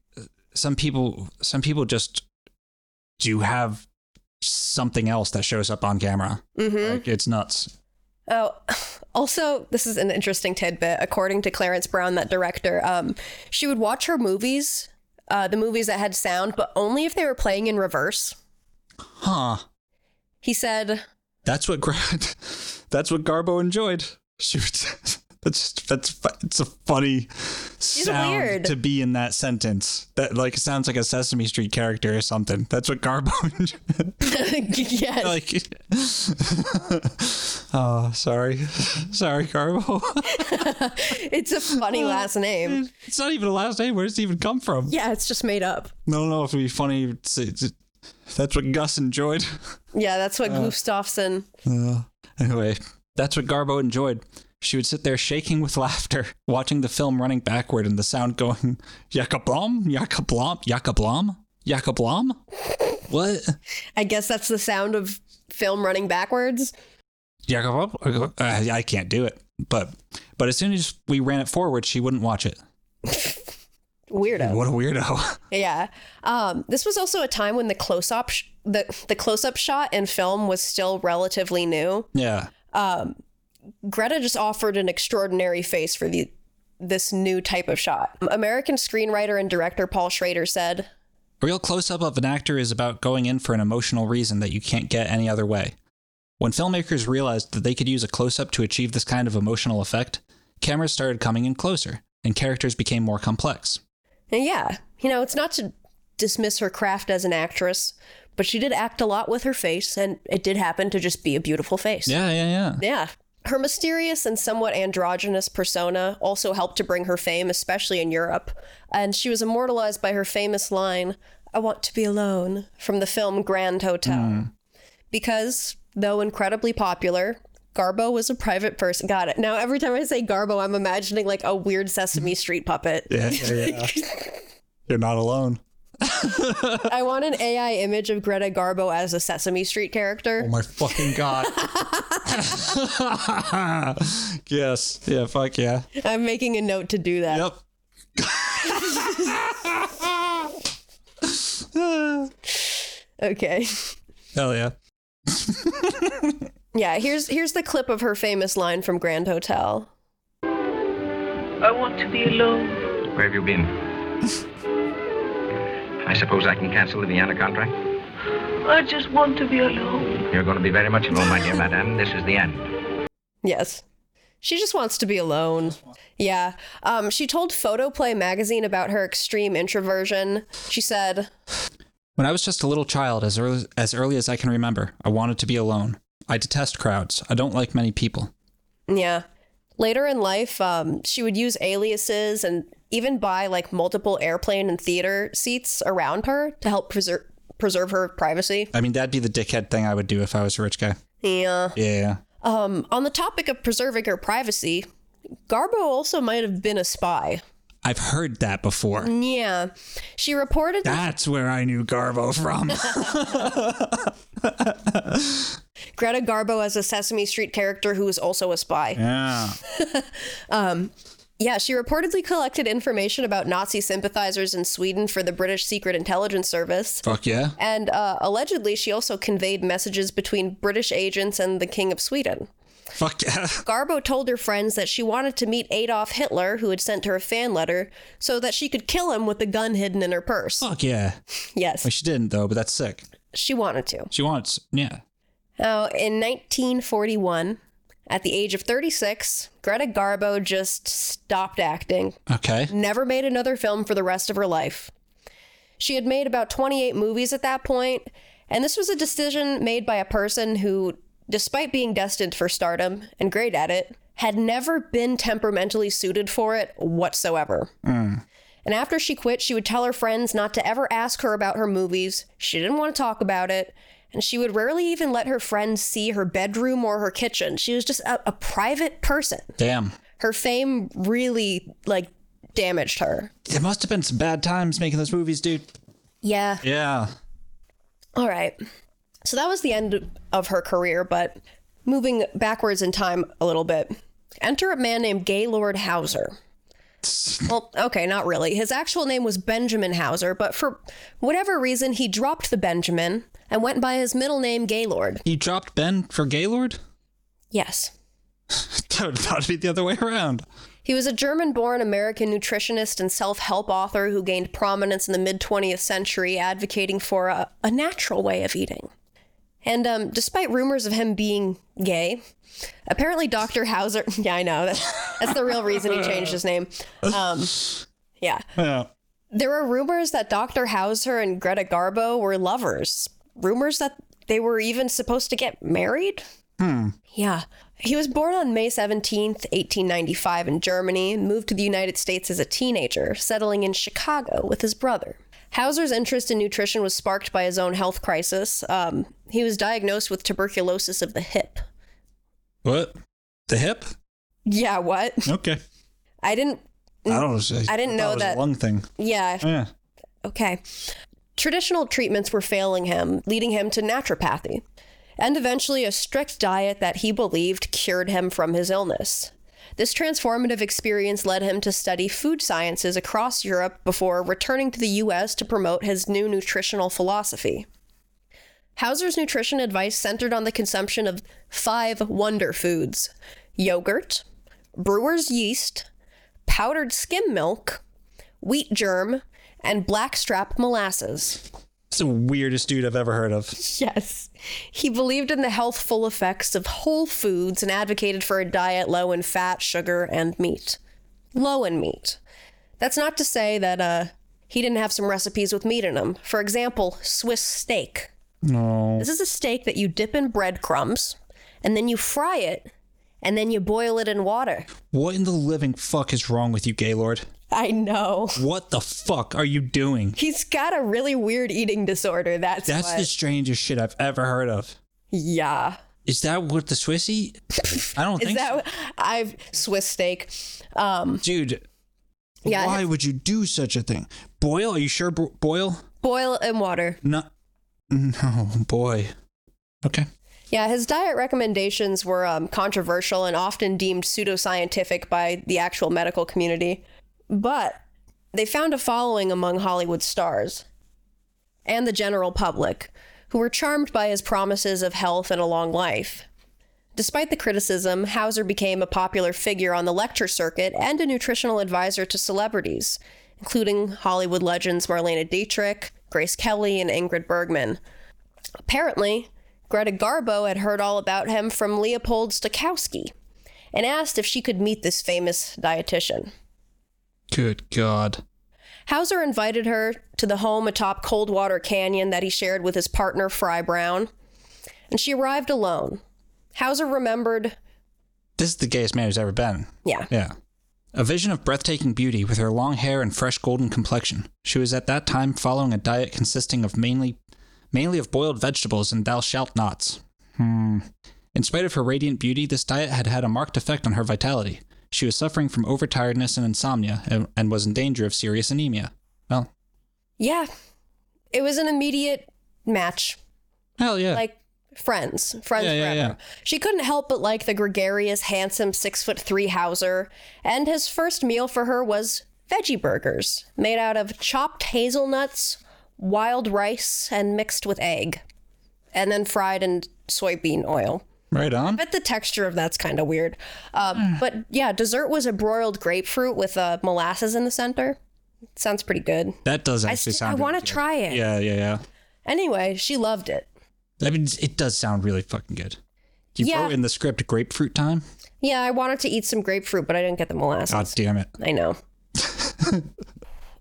Speaker 2: some people, some people just do have something else that shows up on camera. Like it's nuts.
Speaker 1: Oh, [LAUGHS] also, this is an interesting tidbit. According to Clarence Brown, that director, um, she would watch her movies, uh, the movies that had sound, but only if they were playing in reverse.
Speaker 2: Huh.
Speaker 1: He said, [LAUGHS]
Speaker 2: That's what Gra- [LAUGHS] that's what Garbo enjoyed. She was, [LAUGHS] that's that's fu- it's a funny sound
Speaker 1: weird.
Speaker 2: to be in that sentence. That like sounds like a Sesame Street character or something. That's what Garbo [LAUGHS] enjoyed.
Speaker 1: "Yes,
Speaker 2: like. [LAUGHS] oh, sorry, [LAUGHS] sorry, Garbo.
Speaker 1: it's a
Speaker 2: oh,
Speaker 1: funny last name."
Speaker 2: [LAUGHS] it's not even a last name. Where does it even come from?
Speaker 1: Yeah, it's just made up.
Speaker 2: I don't know if it'd be funny. It's, it's, that's what Gus enjoyed.
Speaker 1: Yeah, that's what Gustafsson.
Speaker 2: Uh, Anyway, that's what Garbo enjoyed. She would sit there shaking with laughter, [LAUGHS] watching the film running backward and the sound going, Yakablom, Yakablom, Yakablom, Yakablom? What?
Speaker 1: I guess that's the sound of film running backwards.
Speaker 2: Yakablom? Uh, I, I can't do it. But but as soon as we ran it forward, she wouldn't watch it.
Speaker 1: Weirdo.
Speaker 2: What a weirdo. [LAUGHS]
Speaker 1: Yeah. Um, this was also a time when the close up sh- the the close up shot in film was still relatively new.
Speaker 2: yeah.
Speaker 1: Greta just offered an extraordinary face for the this new type of shot. American screenwriter and director Paul Schrader said,
Speaker 2: A real close up of an actor is about going in for an emotional reason that you can't get any other way. When filmmakers realized that they could use a close up to achieve this kind of emotional effect, cameras started coming in closer, and characters became more complex.
Speaker 1: and "Yeah, you know, it's not to dismiss her craft as an actress, but she did act a lot with her face, and it did happen to just be a beautiful face."
Speaker 2: Yeah, yeah, yeah.
Speaker 1: Yeah. Her mysterious and somewhat androgynous persona also helped to bring her fame, especially in Europe, and she was immortalized by her famous line, I want to be alone, from the film Grand Hotel. Because, though incredibly popular, Garbo was a private person. Got it. Now, every time I say Garbo, I'm imagining like a weird Sesame Street puppet.
Speaker 2: Yeah, yeah, yeah. You're not alone.
Speaker 1: I want an AI image of Greta Garbo as a Sesame Street character.
Speaker 2: Oh my fucking god. [LAUGHS] yes. Yeah, fuck yeah.
Speaker 1: I'm making a note to do that.
Speaker 2: Yep. [LAUGHS]
Speaker 1: Okay. [LAUGHS]
Speaker 2: Hell yeah.
Speaker 1: Yeah, here's here's the clip of her famous line from Grand Hotel.
Speaker 3: I want to be alone.
Speaker 4: Where have you been? I suppose I can cancel the Vienna contract?
Speaker 3: I just want to be alone.
Speaker 4: You're going to be very much alone, my dear madame. This is the end.
Speaker 1: Yes. She just wants to be alone. Yeah. Um, she told Photoplay magazine about her extreme introversion. She said,
Speaker 2: When I was just a little child, as early, as early as I can remember, I wanted to be alone. I detest crowds. I don't like many people.
Speaker 1: Yeah. Later in life, um, she would use aliases and even buy like multiple airplane and theater seats around her to help preserve preserve her privacy.
Speaker 2: I mean, that'd be the dickhead thing I would do if I was a rich guy.
Speaker 1: Yeah.
Speaker 2: Yeah.
Speaker 1: Um, on the topic of preserving her privacy, Garbo also might have been a spy.
Speaker 2: I've heard that before.
Speaker 1: Yeah. She reported that
Speaker 2: That's where I knew Garbo from.
Speaker 1: Greta Garbo as a Sesame Street character who was also a spy.
Speaker 2: yeah.
Speaker 1: Yeah, she reportedly collected information about Nazi sympathizers in Sweden for the British Secret Intelligence Service.
Speaker 2: Fuck yeah.
Speaker 1: And uh, allegedly, she also conveyed messages between British agents and the King of Sweden.
Speaker 2: Fuck yeah.
Speaker 1: Garbo told her friends that she wanted to meet Adolf Hitler, who had sent her a fan letter, so that she could kill him with the gun hidden in her purse.
Speaker 2: Fuck yeah.
Speaker 1: Yes,
Speaker 2: Well, she didn't, though, but that's sick.
Speaker 1: she wanted to.
Speaker 2: She wants, yeah.
Speaker 1: Now, in 1941, at the age of 36, Greta Garbo just stopped acting,
Speaker 2: Okay.
Speaker 1: never made another film for the rest of her life. She had made about 28 movies at that point, and this was a decision made by a person who, despite being destined for stardom and great at it, had never been temperamentally suited for it whatsoever. And after she quit, she would tell her friends not to ever ask her about her movies. She didn't want to talk about it. And she would rarely even let her friends see her bedroom or her kitchen. She was just a, a private person.
Speaker 2: Damn.
Speaker 1: Her fame really, like, damaged her.
Speaker 2: There must have been some bad times making those movies, dude.
Speaker 1: Yeah.
Speaker 2: Yeah.
Speaker 1: All right. So that was the end of her career, but moving backwards in time a little bit, enter a man named Gaylord Hauser. Well, okay, not really. His actual name was Benjamin Hauser, but for whatever reason, he dropped the Benjamin and went by his middle name, Gaylord.
Speaker 2: He dropped Ben for Gaylord? [LAUGHS]
Speaker 1: Yes.
Speaker 2: That would probably be the other way around.
Speaker 1: He was a German born American nutritionist and self help author who gained prominence in the mid 20th century, advocating for a, a natural way of eating. And um, despite rumors of him being gay, apparently Dr. Hauser, [LAUGHS] yeah, I know, that's, that's the real reason he changed his name. Um, yeah.
Speaker 2: Yeah.
Speaker 1: There were rumors that Dr. Hauser and Greta Garbo were lovers. Rumors that they were even supposed to get married? Hmm. Yeah. He was born on May 17th, 1895, in Germany and moved to the United States as a teenager, settling in Chicago with his brother. Hauser's interest in nutrition was sparked by his own health crisis. Um, he was diagnosed with tuberculosis of the hip.
Speaker 2: What? The hip?
Speaker 1: Yeah, what?
Speaker 2: Okay.
Speaker 1: I didn't.
Speaker 2: I don't know.
Speaker 1: Mm. I didn't know
Speaker 2: it was a
Speaker 1: that-
Speaker 2: lung thing.
Speaker 1: Yeah,
Speaker 2: Yeah.
Speaker 1: Okay. Traditional treatments were failing him, leading him to naturopathy, and eventually a strict diet that he believed cured him from his illness. This transformative experience led him to study food sciences across Europe before returning to the US to promote his new nutritional philosophy. Hauser's nutrition advice centered on the consumption of five wonder foods yogurt, brewer's yeast, powdered skim milk, wheat germ, and blackstrap molasses.
Speaker 2: It's the weirdest dude I've ever heard of.
Speaker 1: Yes. He believed in the healthful effects of whole foods and advocated for a diet low in fat, sugar, and meat. Low in meat. That's not to say that uh, he didn't have some recipes with meat in them. For example, Swiss steak.
Speaker 2: No.
Speaker 1: This is a steak that you dip in breadcrumbs and then you fry it and then you boil it in water.
Speaker 2: What in the living fuck is wrong with you, Gaylord?
Speaker 1: I know.
Speaker 2: What the fuck are you doing?
Speaker 1: He's got a really weird eating disorder. That's,
Speaker 2: That's
Speaker 1: what.
Speaker 2: the strangest shit I've ever heard of.
Speaker 1: yeah.
Speaker 2: Is that what the
Speaker 1: [LAUGHS]
Speaker 2: Swiss eat? I don't
Speaker 1: Is
Speaker 2: think so.
Speaker 1: that I've Swiss steak. Um
Speaker 2: Dude,
Speaker 1: yeah,
Speaker 2: why would you do such a thing? Boil? Are you sure bo- boil?
Speaker 1: boil it in water.
Speaker 2: No. No, boy. Okay.
Speaker 1: Yeah, his diet recommendations were um, controversial and often deemed pseudoscientific by the actual medical community. But they found a following among Hollywood stars and the general public, who were charmed by his promises of health and a long life. Despite the criticism, Hauser became a popular figure on the lecture circuit and a nutritional advisor to celebrities, including Hollywood legends Marlena Dietrich, Grace Kelly, and Ingrid Bergman. Apparently, Greta Garbo had heard all about him from Leopold Stokowski and asked if she could meet this famous dietitian.
Speaker 2: Good God.
Speaker 1: Hauser invited her to the home atop Coldwater Canyon that he shared with his partner, Fry Brown, and she arrived alone. Hauser remembered,
Speaker 2: This is the gayest man who's ever been.
Speaker 1: yeah,
Speaker 2: Yeah. A vision of breathtaking beauty with her long hair and fresh golden complexion. She was at that time following a diet consisting of mainly mainly of boiled vegetables and thou shalt nots. Hmm. In spite of her radiant beauty, this diet had had a marked effect on her vitality. She was suffering from overtiredness and insomnia and, and was in danger of serious anemia. Well,
Speaker 1: yeah, it was an immediate match.
Speaker 2: hell yeah.
Speaker 1: Like, Friends, friends
Speaker 2: Yeah, yeah,
Speaker 1: forever. She couldn't help but like the gregarious, handsome, six foot three Hauser, and his first meal for her was veggie burgers made out of chopped hazelnuts, wild rice, and mixed with egg, and then fried in soybean oil.
Speaker 2: right on.
Speaker 1: But the texture of that's kind of weird.
Speaker 2: Mm.
Speaker 1: Uh, but yeah, dessert was a broiled grapefruit with uh, molasses in the center. sounds pretty good.
Speaker 2: That does
Speaker 1: I,
Speaker 2: actually
Speaker 1: st-
Speaker 2: sound
Speaker 1: I want
Speaker 2: really
Speaker 1: to try it.
Speaker 2: good. Yeah, yeah, yeah.
Speaker 1: Anyway, she loved it.
Speaker 2: I mean, it does sound really fucking good. You
Speaker 1: Yeah.
Speaker 2: wrote in the script grapefruit time?
Speaker 1: Yeah, I wanted to eat some grapefruit, but I didn't get the molasses.
Speaker 2: God damn it.
Speaker 1: I know. [LAUGHS]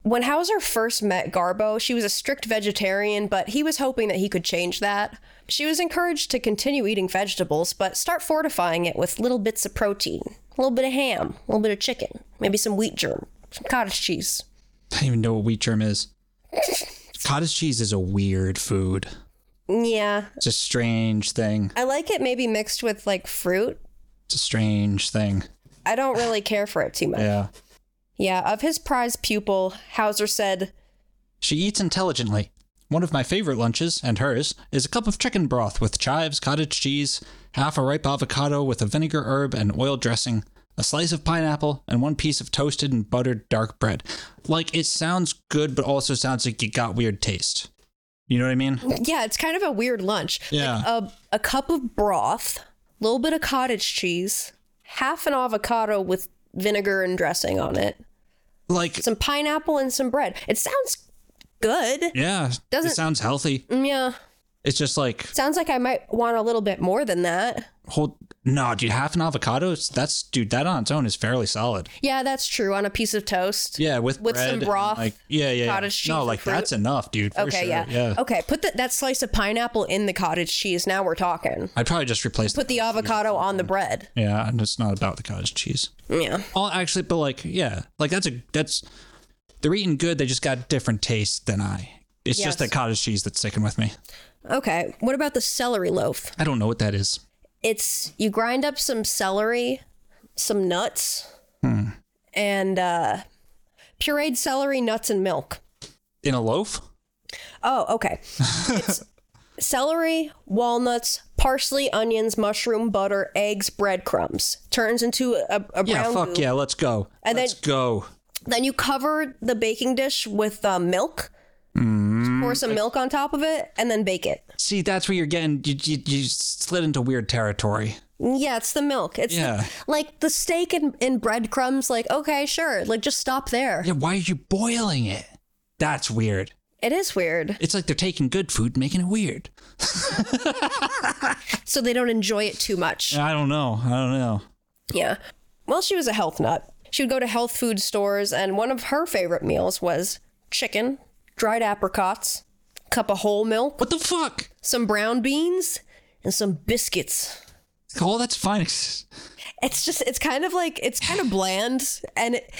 Speaker 1: when Hauser first met Garbo, she was a strict vegetarian, but he was hoping that he could change that. She was encouraged to continue eating vegetables, but start fortifying it with little bits of protein, a little bit of ham, a little bit of chicken, maybe some wheat germ, some cottage cheese.
Speaker 2: [LAUGHS] I don't even know what wheat germ is. Cottage cheese is a weird food.
Speaker 1: Yeah,
Speaker 2: It's a strange thing.
Speaker 1: I like it maybe mixed with like fruit.
Speaker 2: It's a strange thing.
Speaker 1: I don't really care for it too much.
Speaker 2: Yeah.
Speaker 1: Yeah, of his prized pupil, Hauser said,
Speaker 2: She eats intelligently. One of my favorite lunches, and hers, is a cup of chicken broth with chives, cottage cheese, half a ripe avocado with a vinegar herb and oil dressing, a slice of pineapple, and one piece of toasted and buttered dark bread. Like, it sounds good, but also sounds like you got weird taste. You know what I mean?
Speaker 1: Yeah, it's kind of a weird lunch.
Speaker 2: Yeah.
Speaker 1: Like a, a cup of broth, a little bit of cottage cheese, half an avocado with vinegar and dressing on it,
Speaker 2: Like,
Speaker 1: some pineapple and some bread. It sounds good.
Speaker 2: yeah, it
Speaker 1: Doesn't-
Speaker 2: sounds healthy.
Speaker 1: Mm, Yeah.
Speaker 2: It's just like,
Speaker 1: Sounds like I might want a little bit more than that.
Speaker 2: hold no dude half an avocado it's- that's dude that on its own is fairly solid
Speaker 1: Yeah, that's true. On a piece of toast.
Speaker 2: yeah with
Speaker 1: With some
Speaker 2: bread and,
Speaker 1: broth,
Speaker 2: like yeah yeah yeah.
Speaker 1: cottage cheese,
Speaker 2: no
Speaker 1: and
Speaker 2: like
Speaker 1: fruit.
Speaker 2: that's enough dude for
Speaker 1: okay,
Speaker 2: sure.
Speaker 1: yeah. Okay, put the, that slice of pineapple in the cottage cheese. Now we're talking.
Speaker 2: i'd probably just replace
Speaker 1: Put the avocado on the bread.
Speaker 2: yeah and it's not about the cottage cheese
Speaker 1: Yeah.
Speaker 2: well actually but like yeah like that's a that's they're eating good they just got different taste than i it's
Speaker 1: Yes.
Speaker 2: just that cottage cheese that's sticking with me
Speaker 1: Okay, what about the celery loaf?
Speaker 2: i don't know what that is
Speaker 1: it's you grind up some celery, some nuts, and uh, pureed celery, nuts, and milk.
Speaker 2: in a loaf
Speaker 1: Oh, okay.
Speaker 2: [LAUGHS]
Speaker 1: It's celery, walnuts, parsley, onions, mushroom, butter, eggs, breadcrumbs. Turns into a, a brown
Speaker 2: yeah fuck
Speaker 1: goo.
Speaker 2: yeah let's go
Speaker 1: And then-
Speaker 2: let's go
Speaker 1: Then you cover the baking dish with uh, milk.
Speaker 2: Mm-hmm.
Speaker 1: Pour some milk on top of it and then bake it.
Speaker 2: see that's where you're getting you, you, you slid into weird territory
Speaker 1: Yeah, it's the milk. It's the-
Speaker 2: Yeah.
Speaker 1: like the steak and, and breadcrumbs. Like, okay, sure. Like, just stop there.
Speaker 2: Yeah, why are you boiling it? That's weird.
Speaker 1: It is weird.
Speaker 2: It's like they're taking good food and making it weird.
Speaker 1: so they don't enjoy it too much.
Speaker 2: I don't know. I don't know.
Speaker 1: Yeah. Well, she was a health nut. She would go to health food stores, and one of her favorite meals was chicken, dried apricots, cup of whole milk,
Speaker 2: What the fuck?
Speaker 1: some brown beans, and some biscuits.
Speaker 2: all that's fine. It's-
Speaker 1: It's just it's kind of like it's kind of bland, and it,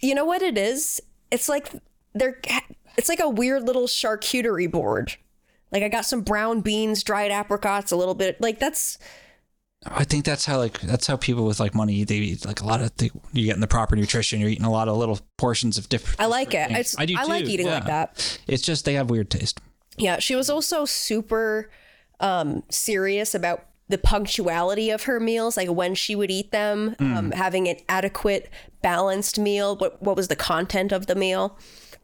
Speaker 1: you know what it is? It's like they're it's like a weird little charcuterie board. Like I got some brown beans, dried apricots, a little bit. Like that's
Speaker 2: I think that's how like that's how people with like money they eat like a lot of the, you getting the proper nutrition. You're eating a lot of little portions of different.
Speaker 1: I like it.
Speaker 2: different
Speaker 1: It's,
Speaker 2: things.
Speaker 1: I, like eating like
Speaker 2: yeah.
Speaker 1: that.
Speaker 2: It's just they have weird taste.
Speaker 1: Yeah, she was also super um, serious about the punctuality of her meals, like when she would eat them,
Speaker 2: Mm.
Speaker 1: um, having an adequate, balanced meal. What what was the content of the meal?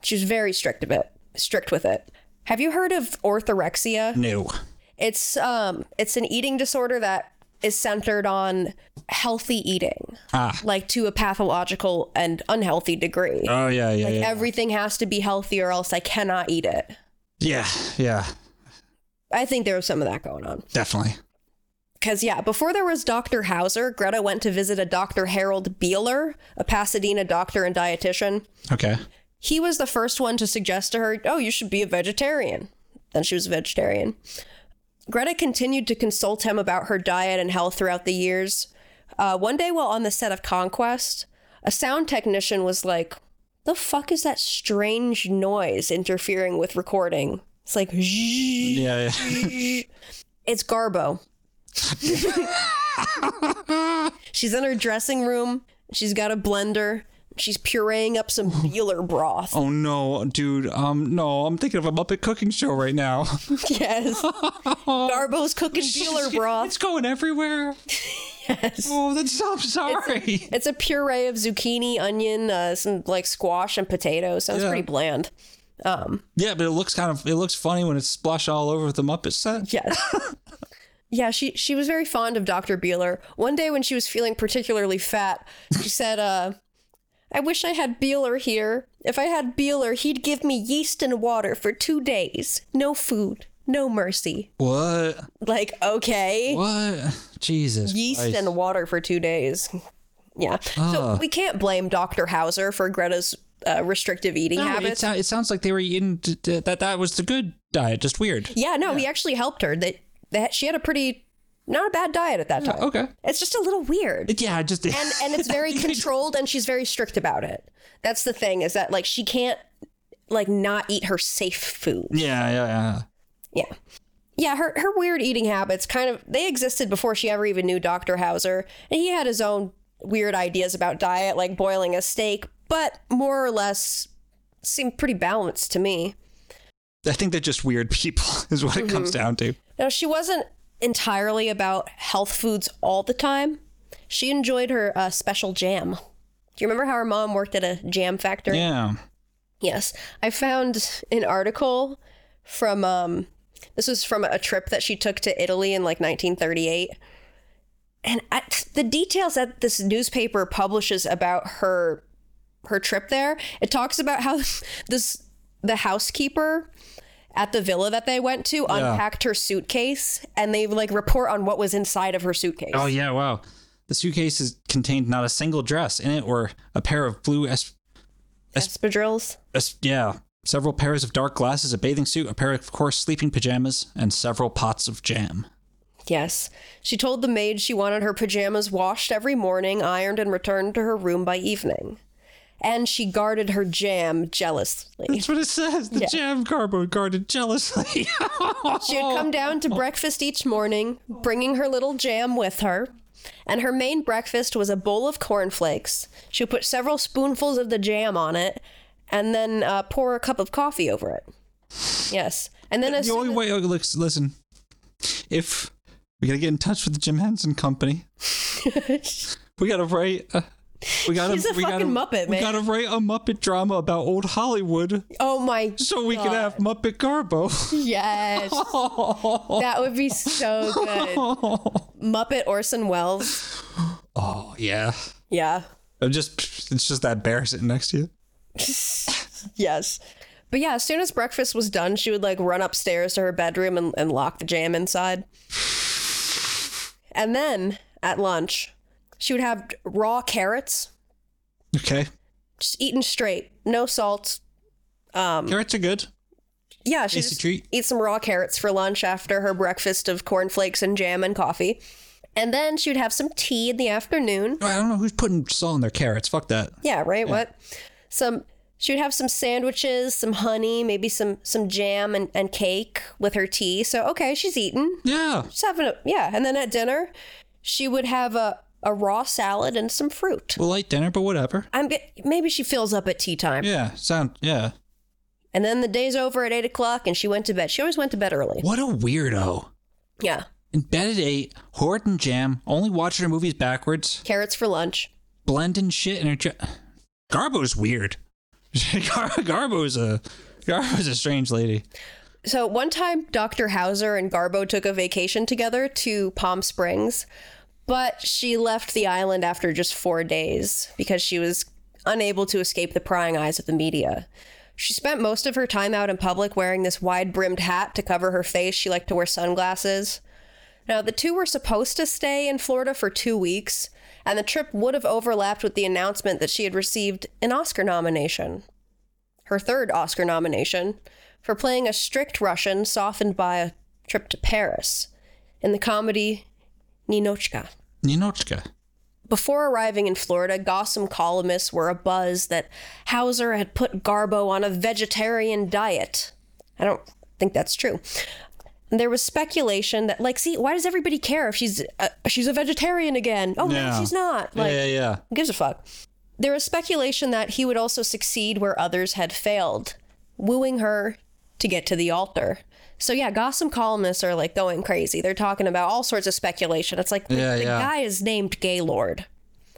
Speaker 1: She was very strict about strict with it. Have you heard of orthorexia?
Speaker 2: No.
Speaker 1: It's um it's an eating disorder that is centered on healthy eating,
Speaker 2: Ah.
Speaker 1: like to a pathological and unhealthy degree.
Speaker 2: Oh yeah, yeah,
Speaker 1: like
Speaker 2: yeah.
Speaker 1: everything has to be healthy or else I cannot eat it.
Speaker 2: yeah, yeah,
Speaker 1: I think there was some of that going on.
Speaker 2: definitely.
Speaker 1: Because, yeah, before there was Dr. Hauser, Greta went to visit a Dr. Harold Beeler, a Pasadena doctor and dietitian.
Speaker 2: Okay.
Speaker 1: He was the first one to suggest to her, oh, you should be a vegetarian. Then she was a vegetarian. Greta continued to consult him about her diet and health throughout the years. Uh, one day, while on the set of Conquest, a sound technician was like, the fuck is that strange noise interfering with recording? It's like, "Zzzz."
Speaker 2: Yeah, yeah.
Speaker 1: It's Garbo. she's in her dressing room. She's got a blender. She's pureeing up some Beeler
Speaker 2: [LAUGHS]
Speaker 1: broth.
Speaker 2: Oh no, dude. Um, no, I'm thinking of a Muppet cooking show right now.
Speaker 1: Yes. Garbo's cooking Beeler broth.
Speaker 2: It's
Speaker 1: [LAUGHS]
Speaker 2: going everywhere. Yes. Oh, that's I'm sorry.
Speaker 1: It's a puree of zucchini, onion, uh, some like squash and potatoes. Sounds
Speaker 2: Yeah.
Speaker 1: pretty bland.
Speaker 2: Yeah, but it looks kind of it looks funny when it's splashed all over the Muppet set.
Speaker 1: Yes. yeah, she she was very fond of Dr. Beeler. One day when she was feeling particularly fat, she [LAUGHS] said, uh, I wish I had Beeler here. If I had Beeler, he'd give me yeast and water for two days. No food, no mercy.
Speaker 2: What?
Speaker 1: Like, okay.
Speaker 2: What? Jesus.
Speaker 1: Yeast
Speaker 2: Christ.
Speaker 1: and water for two days. Yeah.
Speaker 2: Ah.
Speaker 1: So we can't blame Dr. Hauser for Greta's uh, restrictive eating
Speaker 2: No, it,
Speaker 1: habits.
Speaker 2: sou- it sounds like they were eating d- d- that. That was the good diet. Just weird.
Speaker 1: yeah, no, he actually helped her. That, that she had a pretty, not a bad diet at that time.
Speaker 2: Okay.
Speaker 1: It's just a little weird.
Speaker 2: It, yeah, I just
Speaker 1: and and it's
Speaker 2: [LAUGHS]
Speaker 1: very controlled and she's very strict about it that's the thing is that like she can't like not eat her safe food
Speaker 2: yeah, yeah, yeah.
Speaker 1: yeah yeah her, her weird eating habits kind of they existed before she ever even knew dr hauser and he had his own weird ideas about diet like boiling a steak but more or less seemed pretty balanced to me
Speaker 2: I think they're just weird people, [LAUGHS] is what it comes
Speaker 1: Mm-hmm.
Speaker 2: down to.
Speaker 1: Now, she wasn't entirely about health foods all the time. She enjoyed her uh, special jam. Do you remember how her mom worked at a jam factory?
Speaker 2: Yeah.
Speaker 1: Yes. I found an article from, um, this was from a trip that she took to Italy in like 1938. And I, the details that this newspaper publishes about her her trip there, it talks about how [LAUGHS] this the housekeeper at the villa that they went to unpacked her suitcase and they like report on what was inside of her suitcase.
Speaker 2: Oh yeah. Wow. The suitcase is contained not a single dress in it, or a pair of blue es-
Speaker 1: Espadrilles.
Speaker 2: es- yeah, several pairs of dark glasses, a bathing suit, a pair of coarse sleeping pajamas, and several pots of jam.
Speaker 1: Yes. She told the maid she wanted her pajamas washed every morning, ironed, and returned to her room by evening. And she guarded her jam jealously.
Speaker 2: [LAUGHS] That's what it says. The jam cardboard guarded jealously. [LAUGHS]
Speaker 1: She would come down to breakfast each morning, bringing her little jam with her. And her main breakfast was a bowl of cornflakes. She would put several spoonfuls of the jam on it and then uh, pour a cup of coffee over it. Yes. And then as
Speaker 2: the only way. oh, looks- Listen, if we gotta get in touch with the Jim
Speaker 1: [LAUGHS]
Speaker 2: Henson Company, we gotta write. Uh, we gotta.
Speaker 1: She's a
Speaker 2: we gotta,
Speaker 1: fucking Muppet,
Speaker 2: We
Speaker 1: man.
Speaker 2: gotta write a Muppet drama about old Hollywood,
Speaker 1: oh my
Speaker 2: so we can have Muppet
Speaker 1: [LAUGHS]
Speaker 2: Garbo.
Speaker 1: Yes. that would be so good. Muppet Orson Welles.
Speaker 2: oh yeah.
Speaker 1: Yeah.
Speaker 2: I'm just. It's just that bear sitting next to you.
Speaker 1: Yes. But yeah, as soon as breakfast was done, she would like run upstairs to her bedroom and, and lock the jam inside. And then at lunch, she would have raw carrots,
Speaker 2: Okay.
Speaker 1: just eaten straight, no salt. Um,
Speaker 2: Carrots are good.
Speaker 1: Yeah, she
Speaker 2: Tasty
Speaker 1: just
Speaker 2: treat.
Speaker 1: eat some raw carrots for lunch after her breakfast of cornflakes and jam and coffee. And then she would have some tea in the afternoon.
Speaker 2: I don't know who's putting salt in their carrots. Fuck that.
Speaker 1: Yeah, right. What? Some she would have some sandwiches, some honey, maybe some some jam and, and cake with her tea. So okay, she's eating.
Speaker 2: Yeah.
Speaker 1: She's having a yeah. And then at dinner, she would have a a raw salad and some fruit.
Speaker 2: We'll eat dinner, but whatever.
Speaker 1: I'm get, maybe she fills up at tea time.
Speaker 2: Yeah. Sound. Yeah.
Speaker 1: And then the day's over at eight o'clock, and she went to bed. She always went to bed early.
Speaker 2: What a weirdo.
Speaker 1: Yeah,
Speaker 2: In bed at eight, hoarding jam, only watching her movies backwards,
Speaker 1: carrots for lunch.
Speaker 2: blending shit in her. Ch- Garbo's weird. [LAUGHS] Gar- Garbo's a Garbo's a strange lady.
Speaker 1: So one time, Dr. Hauser and Garbo took a vacation together to Palm Springs, but she left the island after just four days because she was unable to escape the prying eyes of the media. She spent most of her time out in public wearing this wide brimmed hat to cover her face. She liked to wear sunglasses. Now, the two were supposed to stay in Florida for two weeks, and the trip would have overlapped with the announcement that she had received an Oscar nomination her third Oscar nomination, for playing a strict Russian softened by a trip to Paris in the comedy Ninochka.
Speaker 2: Ninochka.
Speaker 1: Before arriving in Florida, Gossam columnists were abuzz that Hauser had put Garbo on a vegetarian diet. I don't think that's true. And there was speculation that, like, see, why does everybody care if she's uh, she's a vegetarian again? Oh no,
Speaker 2: Yeah.
Speaker 1: she's not. Like,
Speaker 2: yeah, yeah, yeah.
Speaker 1: who gives a fuck? There was speculation that he would also succeed where others had failed, wooing her to get to the altar. So yeah, Gossam columnists are like going crazy. They're talking about all sorts of speculation. It's like the,
Speaker 2: Yeah,
Speaker 1: the
Speaker 2: yeah.
Speaker 1: guy is named Gaylord.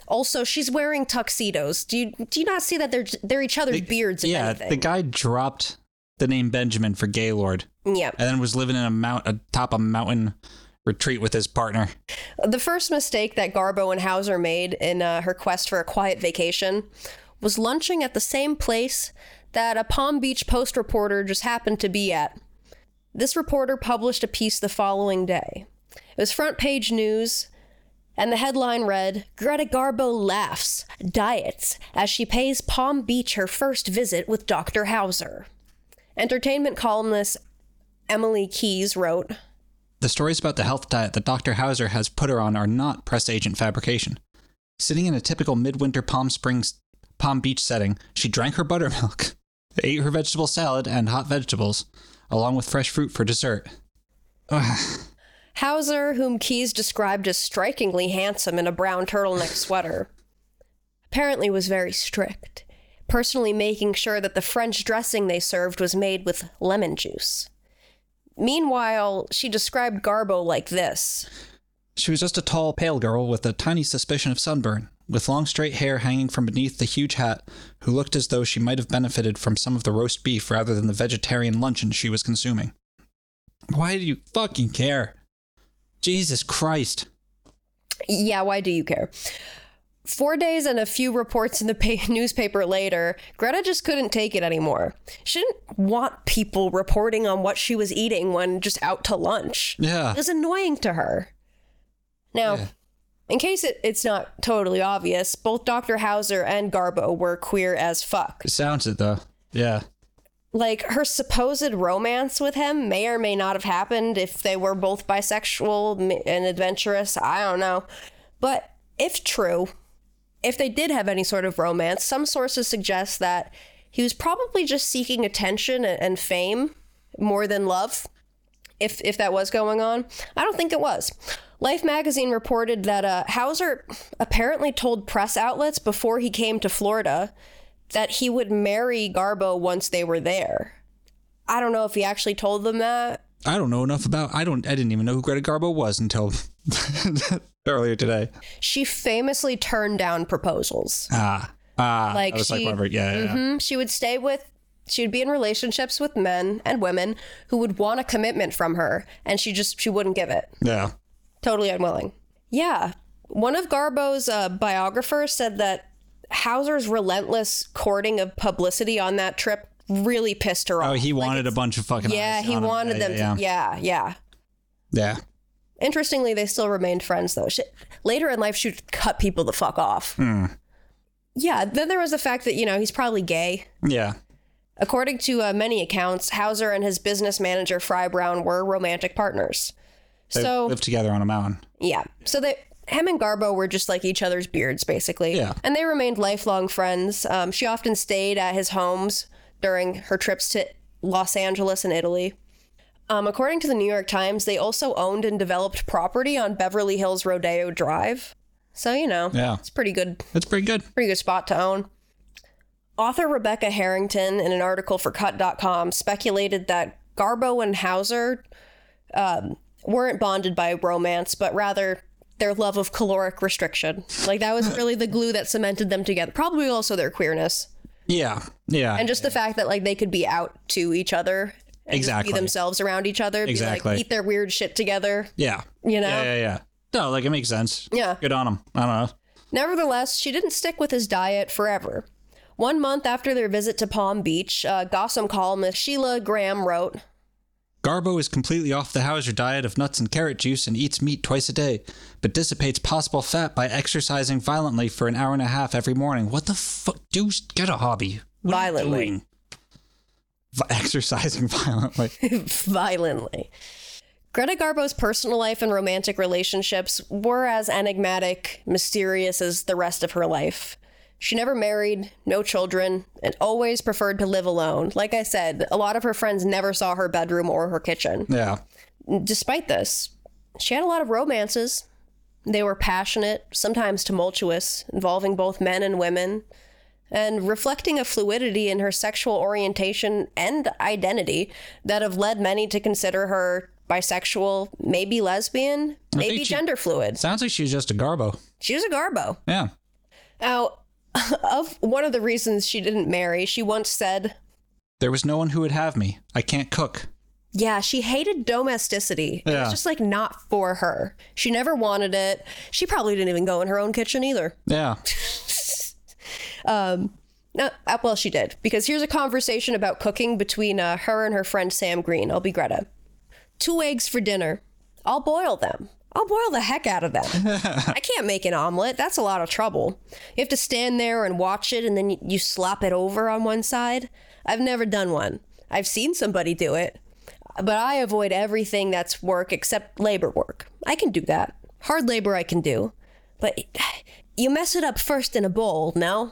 Speaker 1: Also, she's wearing tuxedos. Do you do you not see that they're they're each other's beards and
Speaker 2: yeah,
Speaker 1: everything?
Speaker 2: the guy dropped the name Benjamin for Gaylord,
Speaker 1: yeah.
Speaker 2: and then was living in a mount atop a mountain retreat with his partner.
Speaker 1: The first mistake that Garbo and Hauser made in uh, her quest for a quiet vacation was lunching at the same place that a Palm Beach Post reporter just happened to be at. This reporter published a piece the following day. It was front page news, and the headline read Greta Garbo laughs, diets, as she pays Palm Beach her first visit with Dr. Hauser. Entertainment columnist Emily Keyes wrote,
Speaker 2: The stories about the health diet that Dr. Hauser has put her on are not press agent fabrication. Sitting in a typical midwinter Palm Springs, Palm Beach setting, she drank her buttermilk, [LAUGHS] ate her vegetable salad and hot vegetables, along with fresh fruit for dessert. Ugh.
Speaker 1: Hauser, whom Keyes described as strikingly handsome in a brown turtleneck sweater, apparently was very strict, personally making sure that the French dressing they served was made with lemon juice. Meanwhile, she described Garbo like this.
Speaker 2: She was just a tall, pale girl with a tiny suspicion of sunburn, with long straight hair hanging from beneath the huge hat, who looked as though she might have benefited from some of the roast beef rather than the vegetarian luncheon she was consuming. Why do you fucking care? Jesus Christ.
Speaker 1: Yeah, why do you care? Four days and a few reports in the pa- [LAUGHS] newspaper later, Greta just couldn't take it anymore. She didn't want people reporting on what she was eating when just out to lunch.
Speaker 2: Yeah.
Speaker 1: It was annoying to her. Now,
Speaker 2: Yeah.
Speaker 1: in case it, it's not totally obvious, both Dr. Hauser and Garbo were queer as fuck.
Speaker 2: It sounds it though. Yeah.
Speaker 1: Like, her supposed romance with him may or may not have happened if they were both bisexual m- and adventurous. I don't know. But if true, if they did have any sort of romance, some sources suggest that he was probably just seeking attention a- and fame more than love. If if that was going on, I don't think it was. Life magazine reported that uh, Hauser apparently told press outlets before he came to Florida that he would marry Garbo once they were there. I don't know if he actually told them that.
Speaker 2: I don't know enough about I don't I didn't even know who Greta Garbo was until [LAUGHS] earlier today.
Speaker 1: She famously turned down proposals.
Speaker 2: Ah. Ah.
Speaker 1: Like
Speaker 2: I was like
Speaker 1: she-
Speaker 2: whatever. Yeah, yeah, yeah.
Speaker 1: Mhm. She would stay with, she would be in relationships with men and women who would want a commitment from her, and she just, she wouldn't give it.
Speaker 2: Yeah.
Speaker 1: Totally unwilling. Yeah. One of Garbo's uh, biographers said that Hauser's relentless courting of publicity on that trip really pissed her off.
Speaker 2: Oh, he wanted a bunch of fucking
Speaker 1: yeah,
Speaker 2: eyes
Speaker 1: he
Speaker 2: on him.
Speaker 1: wanted them.
Speaker 2: Yeah.
Speaker 1: To, yeah, yeah.
Speaker 2: yeah.
Speaker 1: Interestingly, they still remained friends though. She, later in life, she would cut people the fuck off.
Speaker 2: Hmm.
Speaker 1: Yeah. Then there was the fact that you know he's probably gay.
Speaker 2: Yeah.
Speaker 1: According to uh, many accounts, Hauser and his business manager Fry Brown were romantic partners.
Speaker 2: They
Speaker 1: so
Speaker 2: lived together on a mountain.
Speaker 1: Yeah. So they Hem and Garbo were just like each other's beards, basically.
Speaker 2: Yeah.
Speaker 1: And they remained lifelong friends. Um, she often stayed at his homes during her trips to Los Angeles and Italy. Um, according to the New York Times, they also owned and developed property on Beverly Hills Rodeo Drive. So you know,
Speaker 2: Yeah.
Speaker 1: it's pretty good
Speaker 2: That's pretty good.
Speaker 1: pretty good spot to own. Author Rebecca Harrington, in an article for Cut.com, speculated that Garbo and Hauser um, weren't bonded by romance, but rather their love of caloric restriction. Like that
Speaker 2: [LAUGHS]
Speaker 1: was really the glue that cemented them together. Probably also their queerness
Speaker 2: Yeah. Yeah.
Speaker 1: and just the fact that like they could be out to each other, and just
Speaker 2: Exactly.
Speaker 1: be themselves around each other, be
Speaker 2: Exactly.
Speaker 1: like eat their weird shit together.
Speaker 2: yeah.
Speaker 1: You know.
Speaker 2: Yeah. Yeah. Yeah. No, like it makes sense.
Speaker 1: Yeah.
Speaker 2: Good on him. I don't know.
Speaker 1: Nevertheless, she didn't stick with his diet forever. One month after their visit to Palm Beach, uh, Gossam columnist Sheila Graham wrote,
Speaker 2: Garbo is completely off the Hauser diet of nuts and carrot juice and eats meat twice a day, but dissipates possible fat by exercising violently for an hour and a half every morning. What the fuck? Do get a hobby. What are you
Speaker 1: Violently.
Speaker 2: doing? Vi- [LAUGHS] exercising violently.
Speaker 1: [LAUGHS] violently. Greta Garbo's personal life and romantic relationships were as enigmatic, mysterious as the rest of her life. She never married, no children, and always preferred to live alone. Like I said, a lot of her friends never saw her bedroom or her kitchen.
Speaker 2: yeah.
Speaker 1: despite this, she had a lot of romances. They were passionate, sometimes tumultuous, involving both men and women, and reflecting a fluidity in her sexual orientation and identity that have led many to consider her bisexual, maybe lesbian, maybe
Speaker 2: she-
Speaker 1: gender fluid.
Speaker 2: Sounds like she's just a Garbo.
Speaker 1: She was a garbo.
Speaker 2: Yeah.
Speaker 1: Now, [LAUGHS] of one of the reasons she didn't marry, she once said,
Speaker 2: There was no one who would have me. I can't cook.
Speaker 1: Yeah, she hated domesticity. It
Speaker 2: Yeah.
Speaker 1: was just like not for her. She never wanted it. She probably didn't even go in her own kitchen either.
Speaker 2: Yeah.
Speaker 1: Um, no, uh, well, she did because here's a conversation about cooking between uh, her and her friend Sam Green. I'll be Greta. Two eggs for dinner. I'll boil them. I'll boil the heck out of them. I can't make an omelet. That's a lot of trouble. You have to stand there and watch it, and then you, you slop it over on one side. I've never done one. I've seen somebody do it, but I avoid everything that's work except labor work. I can do that. Hard labor I can do, but [SIGHS] you mess it up first in a bowl, no?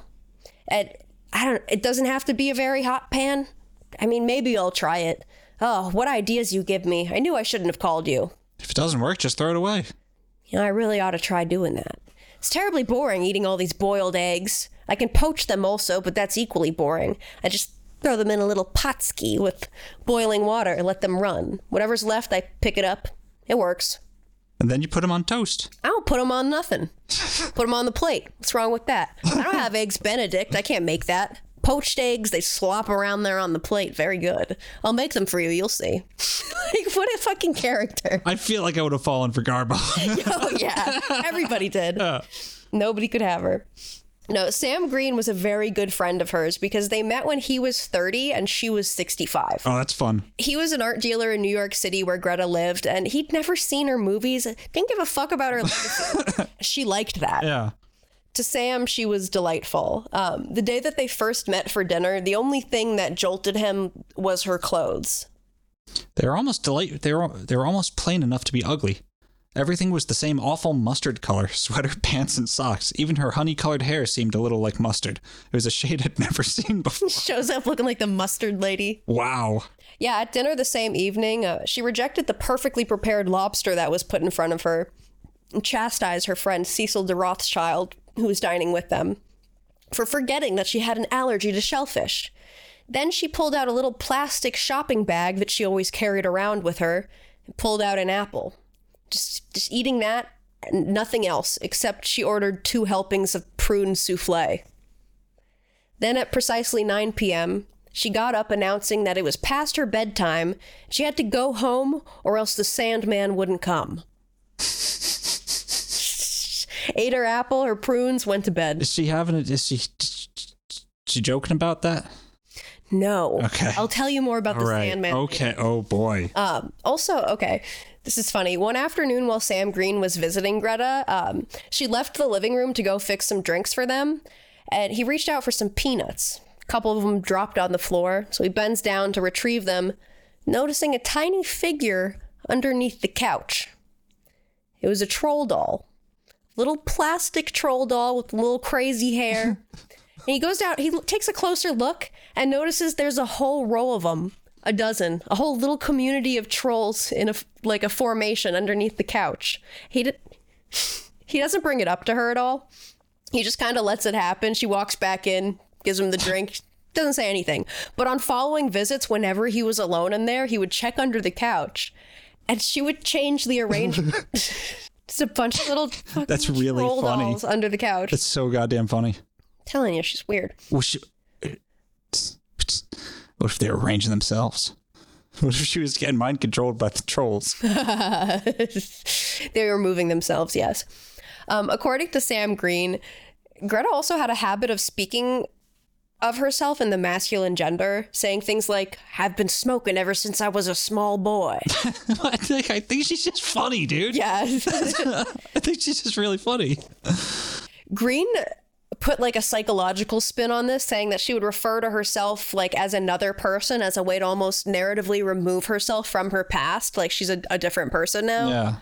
Speaker 1: at I don't it doesn't have to be a very hot pan. I mean, maybe I'll try it. Oh, what ideas you give me. I knew I shouldn't have called you.
Speaker 2: If it doesn't work, just throw it away.
Speaker 1: You know, I really ought to try doing that. It's terribly boring eating all these boiled eggs. I can poach them also, but that's equally boring. I just throw them in a little potski with boiling water and let them run. Whatever's left, I pick it up. It works.
Speaker 2: And then you put them on toast.
Speaker 1: I don't put them on nothing. Put them on the plate. What's wrong with that? I don't have eggs Benedict. I can't make that. Poached eggs, they slop around there on the plate. Very good. I'll make them for you. You'll see. [LAUGHS] like, what a fucking character. [LAUGHS]
Speaker 2: I feel like I would have fallen for Garbo. [LAUGHS]
Speaker 1: Oh, yeah. Everybody did. Nobody could have her. No, Sam Green was a very good friend of hers because they met when he was 30 and she was 65
Speaker 2: oh, that's fun.
Speaker 1: he was an art dealer in New York City where Greta lived, and he'd never seen her movies. Didn't give a fuck about her. legacy. she liked that.
Speaker 2: Yeah.
Speaker 1: To Sam, she was delightful. Um, the day that they first met for dinner, the only thing that jolted him was her clothes.
Speaker 2: They're almost delight. They're they're almost plain enough to be ugly. Everything was the same awful mustard color: [LAUGHS] sweater, pants, and socks. Even her honey-colored hair seemed a little like mustard. It was a shade I'd [LAUGHS] never seen before.
Speaker 1: Shows up looking like the mustard lady.
Speaker 2: Wow.
Speaker 1: Yeah, at dinner the same evening, uh, she rejected the perfectly prepared lobster that was put in front of her and chastised her friend Cecil de Rothschild, who was dining with them, for forgetting that she had an allergy to shellfish. Then she pulled out a little plastic shopping bag that she always carried around with her and pulled out an apple. Just, just eating that and nothing else, except she ordered two helpings of prune souffle. Then at precisely 9 p.m., she got up announcing that it was past her bedtime. She had to go home or else the Sandman wouldn't come. [LAUGHS] Ate her apple, her prunes, went to bed.
Speaker 2: Is she having it? Is she? She joking about that?
Speaker 1: No.
Speaker 2: Okay.
Speaker 1: I'll tell you more about the Sandman. Um,
Speaker 2: Okay. Oh boy.
Speaker 1: Also, okay, this is funny. One afternoon while Sam Green was visiting Greta, um, she left the living room to go fix some drinks for them, and he reached out for some peanuts. A couple of them dropped on the floor, so he bends down to retrieve them, noticing a tiny figure underneath the couch. It was a troll doll, little plastic troll doll with little crazy hair. and he goes down, he l- takes a closer look and notices there's a whole row of them, a dozen, a whole little community of trolls in a f- like a formation underneath the couch. He did, he doesn't bring it up to her at all. He just kind of lets it happen. She walks back in, gives him the drink, doesn't say anything. But on following visits, whenever he was alone in there, he would check under the couch and she would change the
Speaker 2: [LAUGHS]
Speaker 1: arrangement. Just a bunch of little fucking
Speaker 2: That's really
Speaker 1: troll
Speaker 2: funny.
Speaker 1: dolls under the couch.
Speaker 2: That's so goddamn funny.
Speaker 1: telling you, she's weird.
Speaker 2: What what if they're arranging themselves? What if she was getting mind controlled by the
Speaker 1: [LAUGHS]
Speaker 2: trolls?
Speaker 1: they were moving themselves, yes. Um, according to Sam Green, Greta also had a habit of speaking of herself in the masculine gender, saying things like, I've been smoking ever since I was a small boy.
Speaker 2: I think I think she's just funny, dude.
Speaker 1: yeah.
Speaker 2: I think she's just really funny.
Speaker 1: [LAUGHS] Green put like a psychological spin on this, saying that she would refer to herself like as another person as a way to almost narratively remove herself from her past. Like she's a, a different person now.
Speaker 2: Yeah.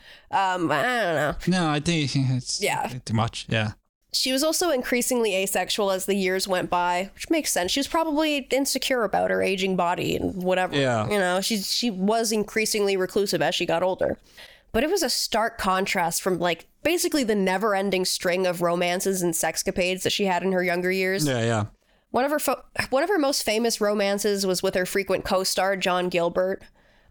Speaker 1: Um, I don't know.
Speaker 2: No, I think it's
Speaker 1: Yeah.
Speaker 2: too much. Yeah.
Speaker 1: She was also increasingly asexual as the years went by, which makes sense. She was probably insecure about her aging body and whatever.
Speaker 2: Yeah.
Speaker 1: You know, she she was increasingly reclusive as she got older. But it was a stark contrast from like basically the never-ending string of romances and sexcapades that she had in her younger years.
Speaker 2: Yeah, yeah.
Speaker 1: One of her fo- one of her most famous romances was with her frequent co-star John Gilbert.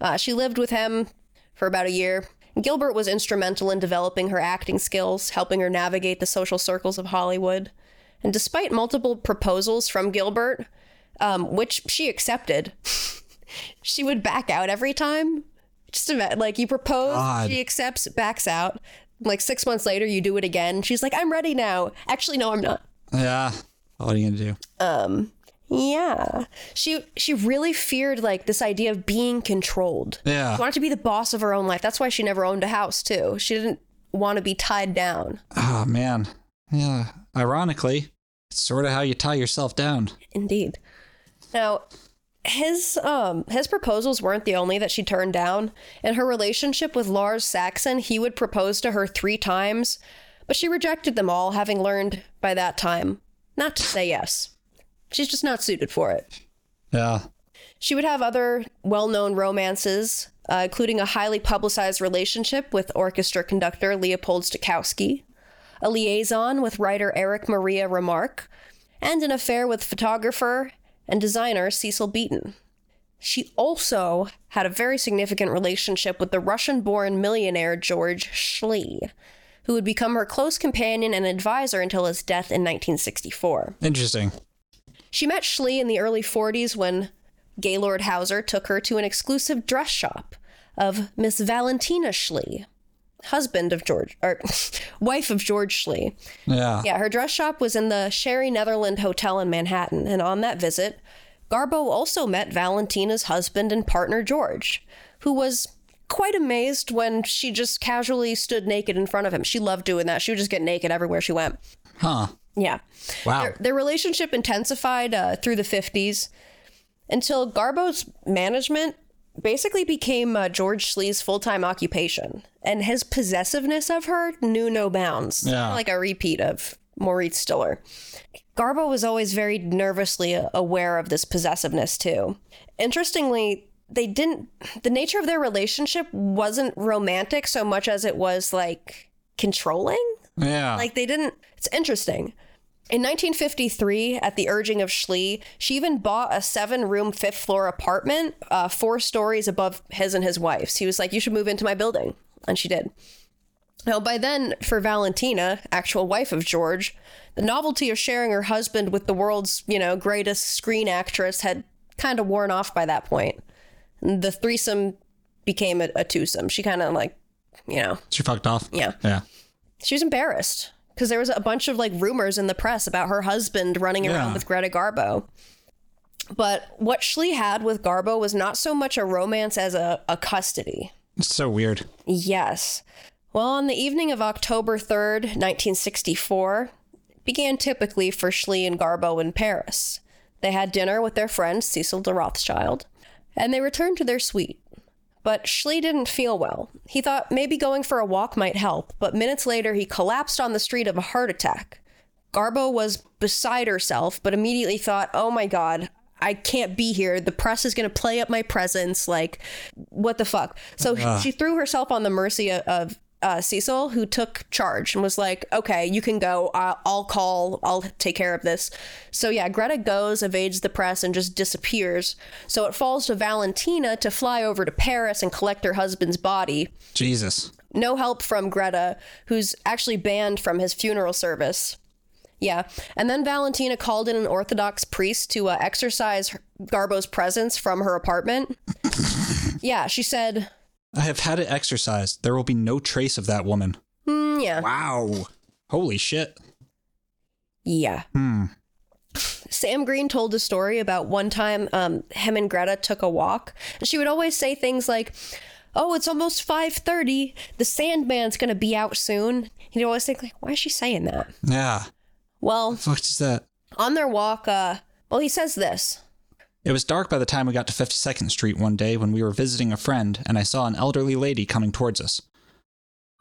Speaker 1: Uh, she lived with him for about a year. Gilbert was instrumental in developing her acting skills, helping her navigate the social circles of Hollywood. And despite multiple proposals from Gilbert, um, which she accepted, [LAUGHS] she would back out every time. Just ima- like you propose,
Speaker 2: God.
Speaker 1: she accepts, backs out. Like six months later, you do it again. She's like, "I'm ready now." Actually, no, I'm not.
Speaker 2: Yeah. What are you gonna do?
Speaker 1: Yeah. She she really feared like this idea of being controlled.
Speaker 2: Yeah.
Speaker 1: She wanted to be the boss of her own life. That's why she never owned a house too. She didn't want to be tied down.
Speaker 2: Oh man. Yeah. Ironically, it's sort of how you tie yourself down.
Speaker 1: Indeed. Now, his um his proposals weren't the only that she turned down. In her relationship with Lars Saxon, he would propose to her 3 times, but she rejected them all having learned by that time not to say yes. She's just not suited for it.
Speaker 2: Yeah.
Speaker 1: She would have other well known romances, uh, including a highly publicized relationship with orchestra conductor Leopold Stokowski, a liaison with writer Eric Maria Remarque, and an affair with photographer and designer Cecil Beaton. She also had a very significant relationship with the Russian born millionaire George Schlee, who would become her close companion and advisor until his death in 1964.
Speaker 2: Interesting.
Speaker 1: She met Schlee in the early 40s when Gaylord Hauser took her to an exclusive dress shop of Miss Valentina Schlee, husband of George, or [LAUGHS] wife of George Schlee.
Speaker 2: Yeah.
Speaker 1: Yeah, her dress shop was in the Sherry Netherland Hotel in Manhattan, and on that visit, Garbo also met Valentina's husband and partner George, who was quite amazed when she just casually stood naked in front of him. She loved doing that. She would just get naked everywhere she went.
Speaker 2: Huh.
Speaker 1: Yeah.
Speaker 2: Wow.
Speaker 1: Their, their relationship intensified uh, through the 50s until Garbo's management basically became uh, George Schlee's full time occupation, and his possessiveness of her knew no bounds.
Speaker 2: Yeah.
Speaker 1: Like a repeat of Maurice Stiller. Garbo was always very nervously uh, aware of this possessiveness, too. Interestingly, they didn't, the nature of their relationship wasn't romantic so much as it was like controlling.
Speaker 2: Yeah.
Speaker 1: Like they didn't. It's interesting. In 1953, at the urging of Schlee, she even bought a seven room, fifth floor apartment, uh, four stories above his and his wife's. He was like, You should move into my building. And she did. Now, by then, for Valentina, actual wife of George, the novelty of sharing her husband with the world's, you know, greatest screen actress had kind of worn off by that point. And the threesome became a, a twosome. She kind of like, you know,
Speaker 2: she fucked off.
Speaker 1: Yeah.
Speaker 2: Yeah.
Speaker 1: she was embarrassed because there was a bunch of like rumors in the press about her husband running around
Speaker 2: Yeah.
Speaker 1: with Greta Garbo. But what Schlee had with Garbo was not so much a romance as a, a custody.
Speaker 2: It's so weird.
Speaker 1: Yes. Well, on the evening of October 3rd, 1964, began typically for Schlee and Garbo in Paris. They had dinner with their friend Cecil de Rothschild, and they returned to their suite. But Schlee didn't feel well. He thought maybe going for a walk might help, but minutes later he collapsed on the street of a heart attack. Garbo was beside herself, but immediately thought, oh my god, I can't be here. The press is going to play up my presence. Like, what the fuck? So she- she threw herself on the mercy of, of uh, Cecil, who took charge and was like, okay, you can go. I- I'll call. I'll take care of this. So yeah, Greta goes, evades the press, and just disappears. So it falls to Valentina to fly over to Paris and collect her husband's body
Speaker 2: Jesus.
Speaker 1: no help from Greta, who's actually banned from his funeral service. Yeah. And then Valentina called in an Orthodox priest to uh, exorcise her- Garbo's presence from her apartment. [LAUGHS] yeah, she said,
Speaker 2: I have had it exercised. There will be no trace of that woman.
Speaker 1: mm, yeah.
Speaker 2: Wow. Holy shit.
Speaker 1: Yeah.
Speaker 2: Hmm.
Speaker 1: Sam Green told a story about one time um, him and Greta took a walk. And she would always say things like, "Oh, it's almost 5:30. The Sandman's going to be out soon." He'd always think like, "Why is she saying that?"
Speaker 2: Yeah.
Speaker 1: Well,
Speaker 2: The fuck is that?
Speaker 1: on their walk, uh, well, he says this. [LAUGHS]
Speaker 2: It was dark by the time we got to 52nd Street one day when we were visiting a friend, and I saw an elderly lady coming towards us.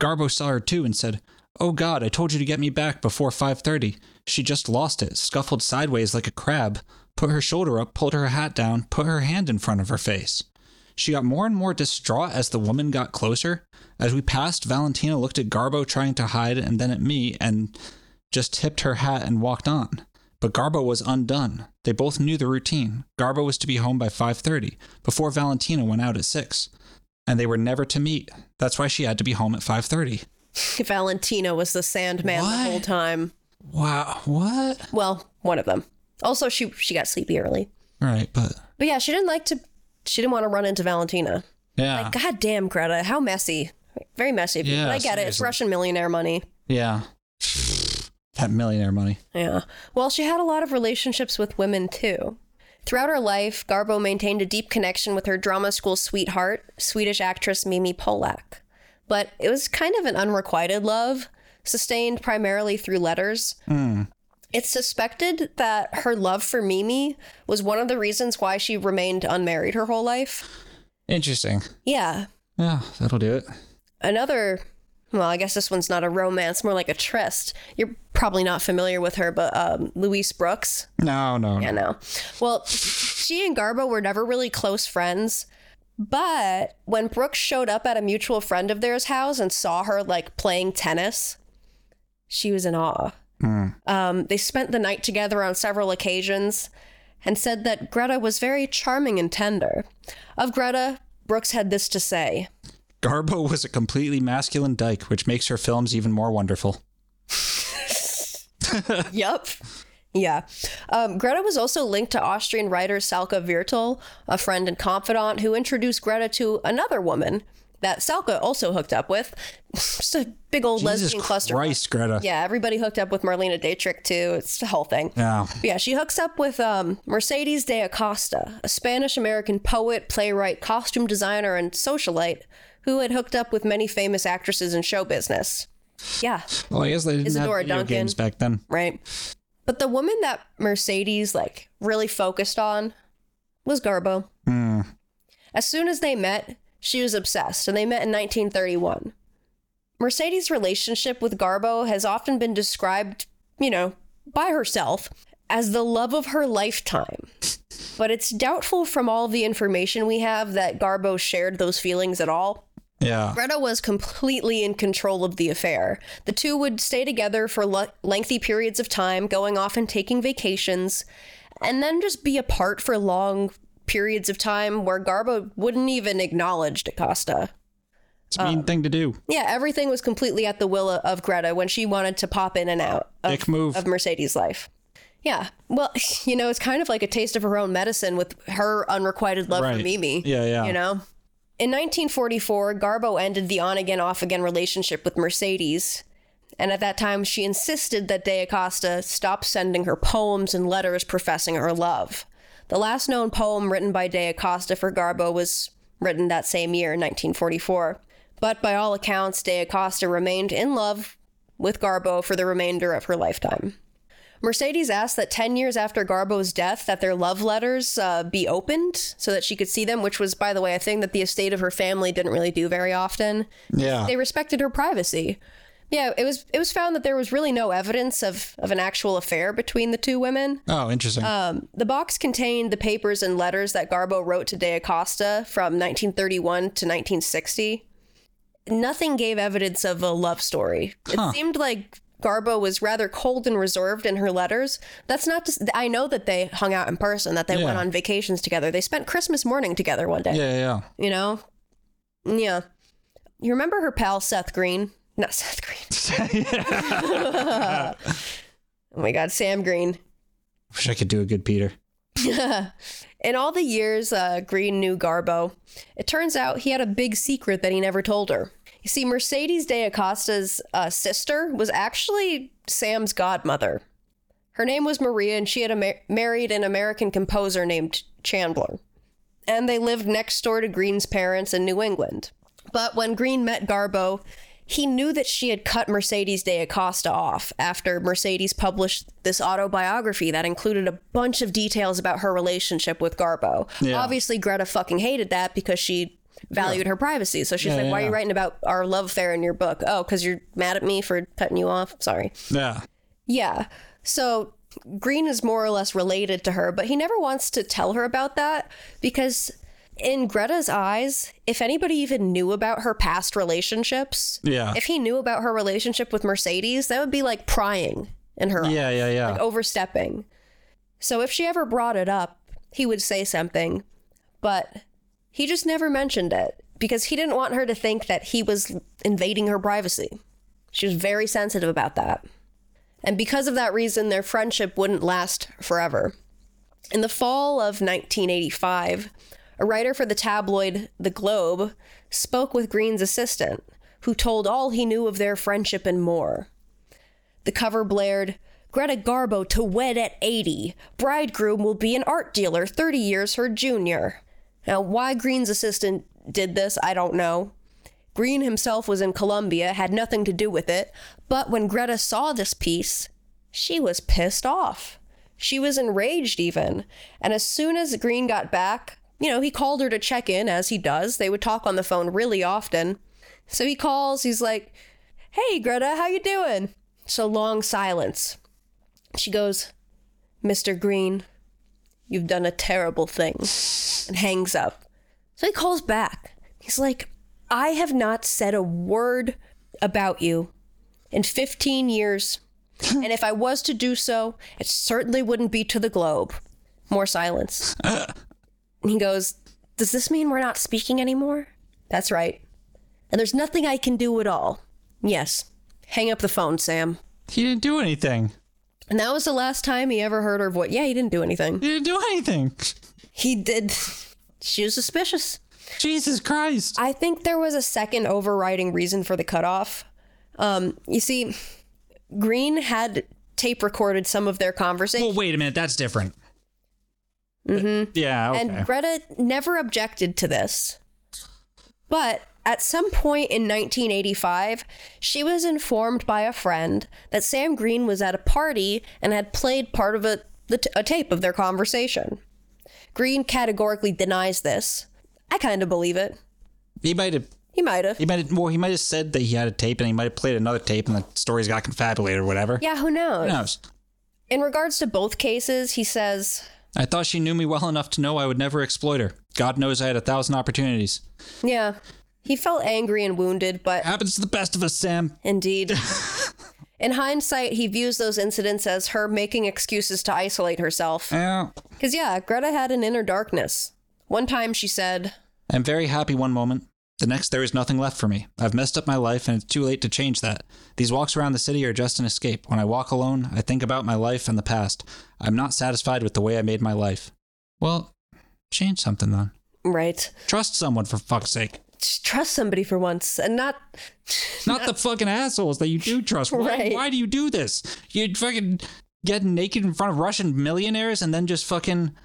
Speaker 2: Garbo saw her too and said, "Oh God, I told you to get me back before 5:30." She just lost it, scuffled sideways like a crab, put her shoulder up, pulled her hat down, put her hand in front of her face. She got more and more distraught as the woman got closer. As we passed, Valentina looked at Garbo trying to hide and then at me and just tipped her hat and walked on. But Garbo was undone. They both knew the routine. Garbo was to be home by 5:30 before Valentina went out at 6, and they were never to meet. That's why she had to be home at 5:30.
Speaker 1: Valentina was the Sandman
Speaker 2: What?
Speaker 1: the whole time.
Speaker 2: Wow, what?
Speaker 1: Well, one of them. Also, she she got sleepy early.
Speaker 2: All right, but
Speaker 1: But yeah, she didn't like to. She didn't want to run into Valentina.
Speaker 2: yeah.
Speaker 1: Like, God damn, Greta, how messy. Very messy.
Speaker 2: Yeah,
Speaker 1: but I get it. It's
Speaker 2: seriously.
Speaker 1: Russian millionaire money.
Speaker 2: yeah. that millionaire money.
Speaker 1: Yeah. Well, she had a lot of relationships with women too. Throughout her life, Garbo maintained a deep connection with her drama school sweetheart, Swedish actress Mimi Polak. But it was kind of an unrequited love, sustained primarily through letters.
Speaker 2: Hmm.
Speaker 1: It's suspected that her love for Mimi was one of the reasons why she remained unmarried her whole life.
Speaker 2: Interesting.
Speaker 1: Yeah.
Speaker 2: Yeah, that'll do it.
Speaker 1: Another, well, I guess this one's not a romance, more like a tryst. You're probably not familiar with her, but um, Louise Brooks.
Speaker 2: No, no.
Speaker 1: I
Speaker 2: no.
Speaker 1: know. Well, she and Garbo were never really close friends. But when Brooks showed up at a mutual friend of theirs' house and saw her like playing tennis, she was in awe. Um, they spent the night together on several occasions and said that Greta was very charming and tender. Of Greta, Brooks had this to say
Speaker 2: Garbo was a completely masculine dyke, which makes her films even more wonderful.
Speaker 1: Yep. Yeah. Um, Greta was also linked to Austrian writer Salka Viertel, a friend and confidant who introduced Greta to another woman that Salka also hooked up with. [LAUGHS] Just a big old
Speaker 2: Jesus
Speaker 1: lesbian cluster.
Speaker 2: Christ, Greta.
Speaker 1: Yeah, everybody hooked up with Marlena Dietrich too. It's the whole thing.
Speaker 2: Yeah.
Speaker 1: Yeah, she hooks up with um, Mercedes de Acosta, a Spanish American poet, playwright, costume designer, and socialite who had hooked up with many famous actresses in show business. Yeah
Speaker 2: Well, I guess they didn't
Speaker 1: Isadora
Speaker 2: have video
Speaker 1: Duncan.
Speaker 2: games back then.
Speaker 1: right? But the woman that Mercedes like really focused on was Garbo. As soon as they met, she was obsessed, and they met in 1931. Mercedes' relationship with Garbo has often been described, you know, by herself as the love of her lifetime. But it's doubtful from all the information we have that Garbo shared those feelings at all.
Speaker 2: Yeah.
Speaker 1: Greta was completely in control of the affair. The two would stay together for le- lengthy periods of time, going off and taking vacations, and then just be apart for long periods of time where Garbo wouldn't even acknowledge DaCosta.
Speaker 2: It's a mean thing to do.
Speaker 1: Yeah, everything was completely at the will o- of Greta when she wanted to pop in and out of,
Speaker 2: Dick move.
Speaker 1: of Mercedes' life. Yeah. Well, [LAUGHS] you know, it's kind of like a taste of her own medicine with her unrequited love for
Speaker 2: Right.
Speaker 1: Mimi.
Speaker 2: Yeah, yeah.
Speaker 1: You know? In 1944, Garbo ended the on again, off again relationship with Mercedes. And at that time, she insisted that De Acosta stop sending her poems and letters professing her love. The last known poem written by De Acosta for Garbo was written that same year, 1944. But by all accounts, De Acosta remained in love with Garbo for the remainder of her lifetime. Mercedes asked that 10 years after Garbo's death that their love letters uh, be opened so that she could see them, which was, by the way, a thing that the estate of her family didn't really do very often.
Speaker 2: Yeah.
Speaker 1: They respected her privacy. Yeah, it was it was found that there was really no evidence of, of an actual affair between the two women.
Speaker 2: Oh, interesting.
Speaker 1: The box contained the papers and letters that Garbo wrote to De Acosta from 1931 to 1960. Nothing gave evidence of a love story. It seemed like Garbo was rather cold and reserved in her letters. That's not to, s- I know that they hung out in person, that they
Speaker 2: Yeah.
Speaker 1: went on vacations together. They spent Christmas morning together one day,
Speaker 2: yeah, yeah, yeah.
Speaker 1: you know? Yeah. You remember her pal Seth Green? Not Seth Green.
Speaker 2: [LAUGHS]
Speaker 1: [LAUGHS] Oh my god, Sam Green.
Speaker 2: Wish I could do a good Peter.
Speaker 1: In all the years uh, Green knew Garbo, it turns out he had a big secret that he never told her. You see, Mercedes de Acosta's uh, sister was actually Sam's godmother. Her name was Maria, and she had ama- married an American composer named Chandler. And they lived next door to Green's parents in New England. But when Green met Garbo, he knew that she had cut Mercedes de Acosta off after Mercedes published this autobiography that included a bunch of details about her relationship with Garbo.
Speaker 2: Yeah.
Speaker 1: Obviously, Greta fucking hated that because she valued her privacy. So she's
Speaker 2: Yeah,
Speaker 1: like,
Speaker 2: yeah,
Speaker 1: Why are you
Speaker 2: yeah.
Speaker 1: writing about our love affair in your book? Oh, because you're mad at me for cutting you off? Sorry.
Speaker 2: Yeah.
Speaker 1: Yeah. So Green is more or less related to her, but he never wants to tell her about that because, in Greta's eyes, if anybody even knew about her past relationships,
Speaker 2: Yeah.
Speaker 1: if he knew about her relationship with Mercedes, that would be like prying in her
Speaker 2: Yeah, yeah, yeah.
Speaker 1: oh. overstepping. So if she ever brought it up, he would say something, but he just never mentioned it because he didn't want her to think that he was invading her privacy. She was very sensitive about that. And because of that reason, their friendship wouldn't last forever. In the fall of 1985, a writer for the tabloid The Globe spoke with Green's assistant, who told all he knew of their friendship and more. The cover blared, Greta Garbo to wed at 80. Bridegroom will be an art dealer 30 years her junior. Now, why Green's assistant did this, I don't know. Green himself was in Colombia, had nothing to do with it, but when Greta saw this piece, she was pissed off. She was enraged, even. And as soon as Green got back, you know, he called her to check in, as he does. They would talk on the phone really often. So he calls, he's like, Hey, Greta, how you doing? So long silence. She goes, Mr. Green, you've done a terrible thing, and hangs up. So he calls back. He's like, I have not said a word about you in 15 years. and if I was to do so, it certainly wouldn't be to the globe. More silence. and he goes, Does this mean we're not speaking anymore? That's right. And there's nothing I can do at all. Yes. Hang up the phone, Sam.
Speaker 2: He didn't do anything.
Speaker 1: And that was the last time he ever heard her voice. Yeah, he didn't do anything.
Speaker 2: He didn't do anything.
Speaker 1: He did. She was suspicious.
Speaker 2: Jesus Christ.
Speaker 1: I think there was a second overriding reason for the cutoff. Um, you see, Green had tape recorded some of their
Speaker 2: Well,
Speaker 1: conversation,
Speaker 2: wait a minute. That's different. Mm-hmm. Yeah. Okay.
Speaker 1: and Greta never objected to this. But at some point in 1985, she was informed by a friend that Sam Green was at a party and had played part of a, the t- a tape of their conversation. Green categorically denies this. I kind of believe it.
Speaker 2: he might have.
Speaker 1: He might have.
Speaker 2: He might have. Well, he might have said that he had a tape, and he might have played another tape, and the stories got confabulated or whatever.
Speaker 1: Yeah, who knows?
Speaker 2: Who knows?
Speaker 1: In regards to both cases, he says,
Speaker 2: I thought she knew me well enough to know I would never exploit her. God knows I had a thousand opportunities.
Speaker 1: yeah, he felt angry and wounded, but
Speaker 2: Happens to the best of us, Sam.
Speaker 1: indeed. [LAUGHS] In hindsight, he views those incidents as her making excuses to isolate herself.
Speaker 2: Yeah.
Speaker 1: Because, yeah, Greta had an inner darkness. One time she said,
Speaker 2: I'm very happy one moment. The next, there is nothing left for me. I've messed up my life, and it's too late to change that. These walks around the city are just an escape. When I walk alone, I think about my life and the past. I'm not satisfied with the way I made my life. Well, change something then.
Speaker 1: right,
Speaker 2: Trust someone, for fuck's sake.
Speaker 1: just trust somebody for once and not. [LAUGHS]
Speaker 2: Not the fucking assholes that you do trust. Why,
Speaker 1: Right.
Speaker 2: why do you do this? You fucking get naked in front of Russian millionaires and then just fucking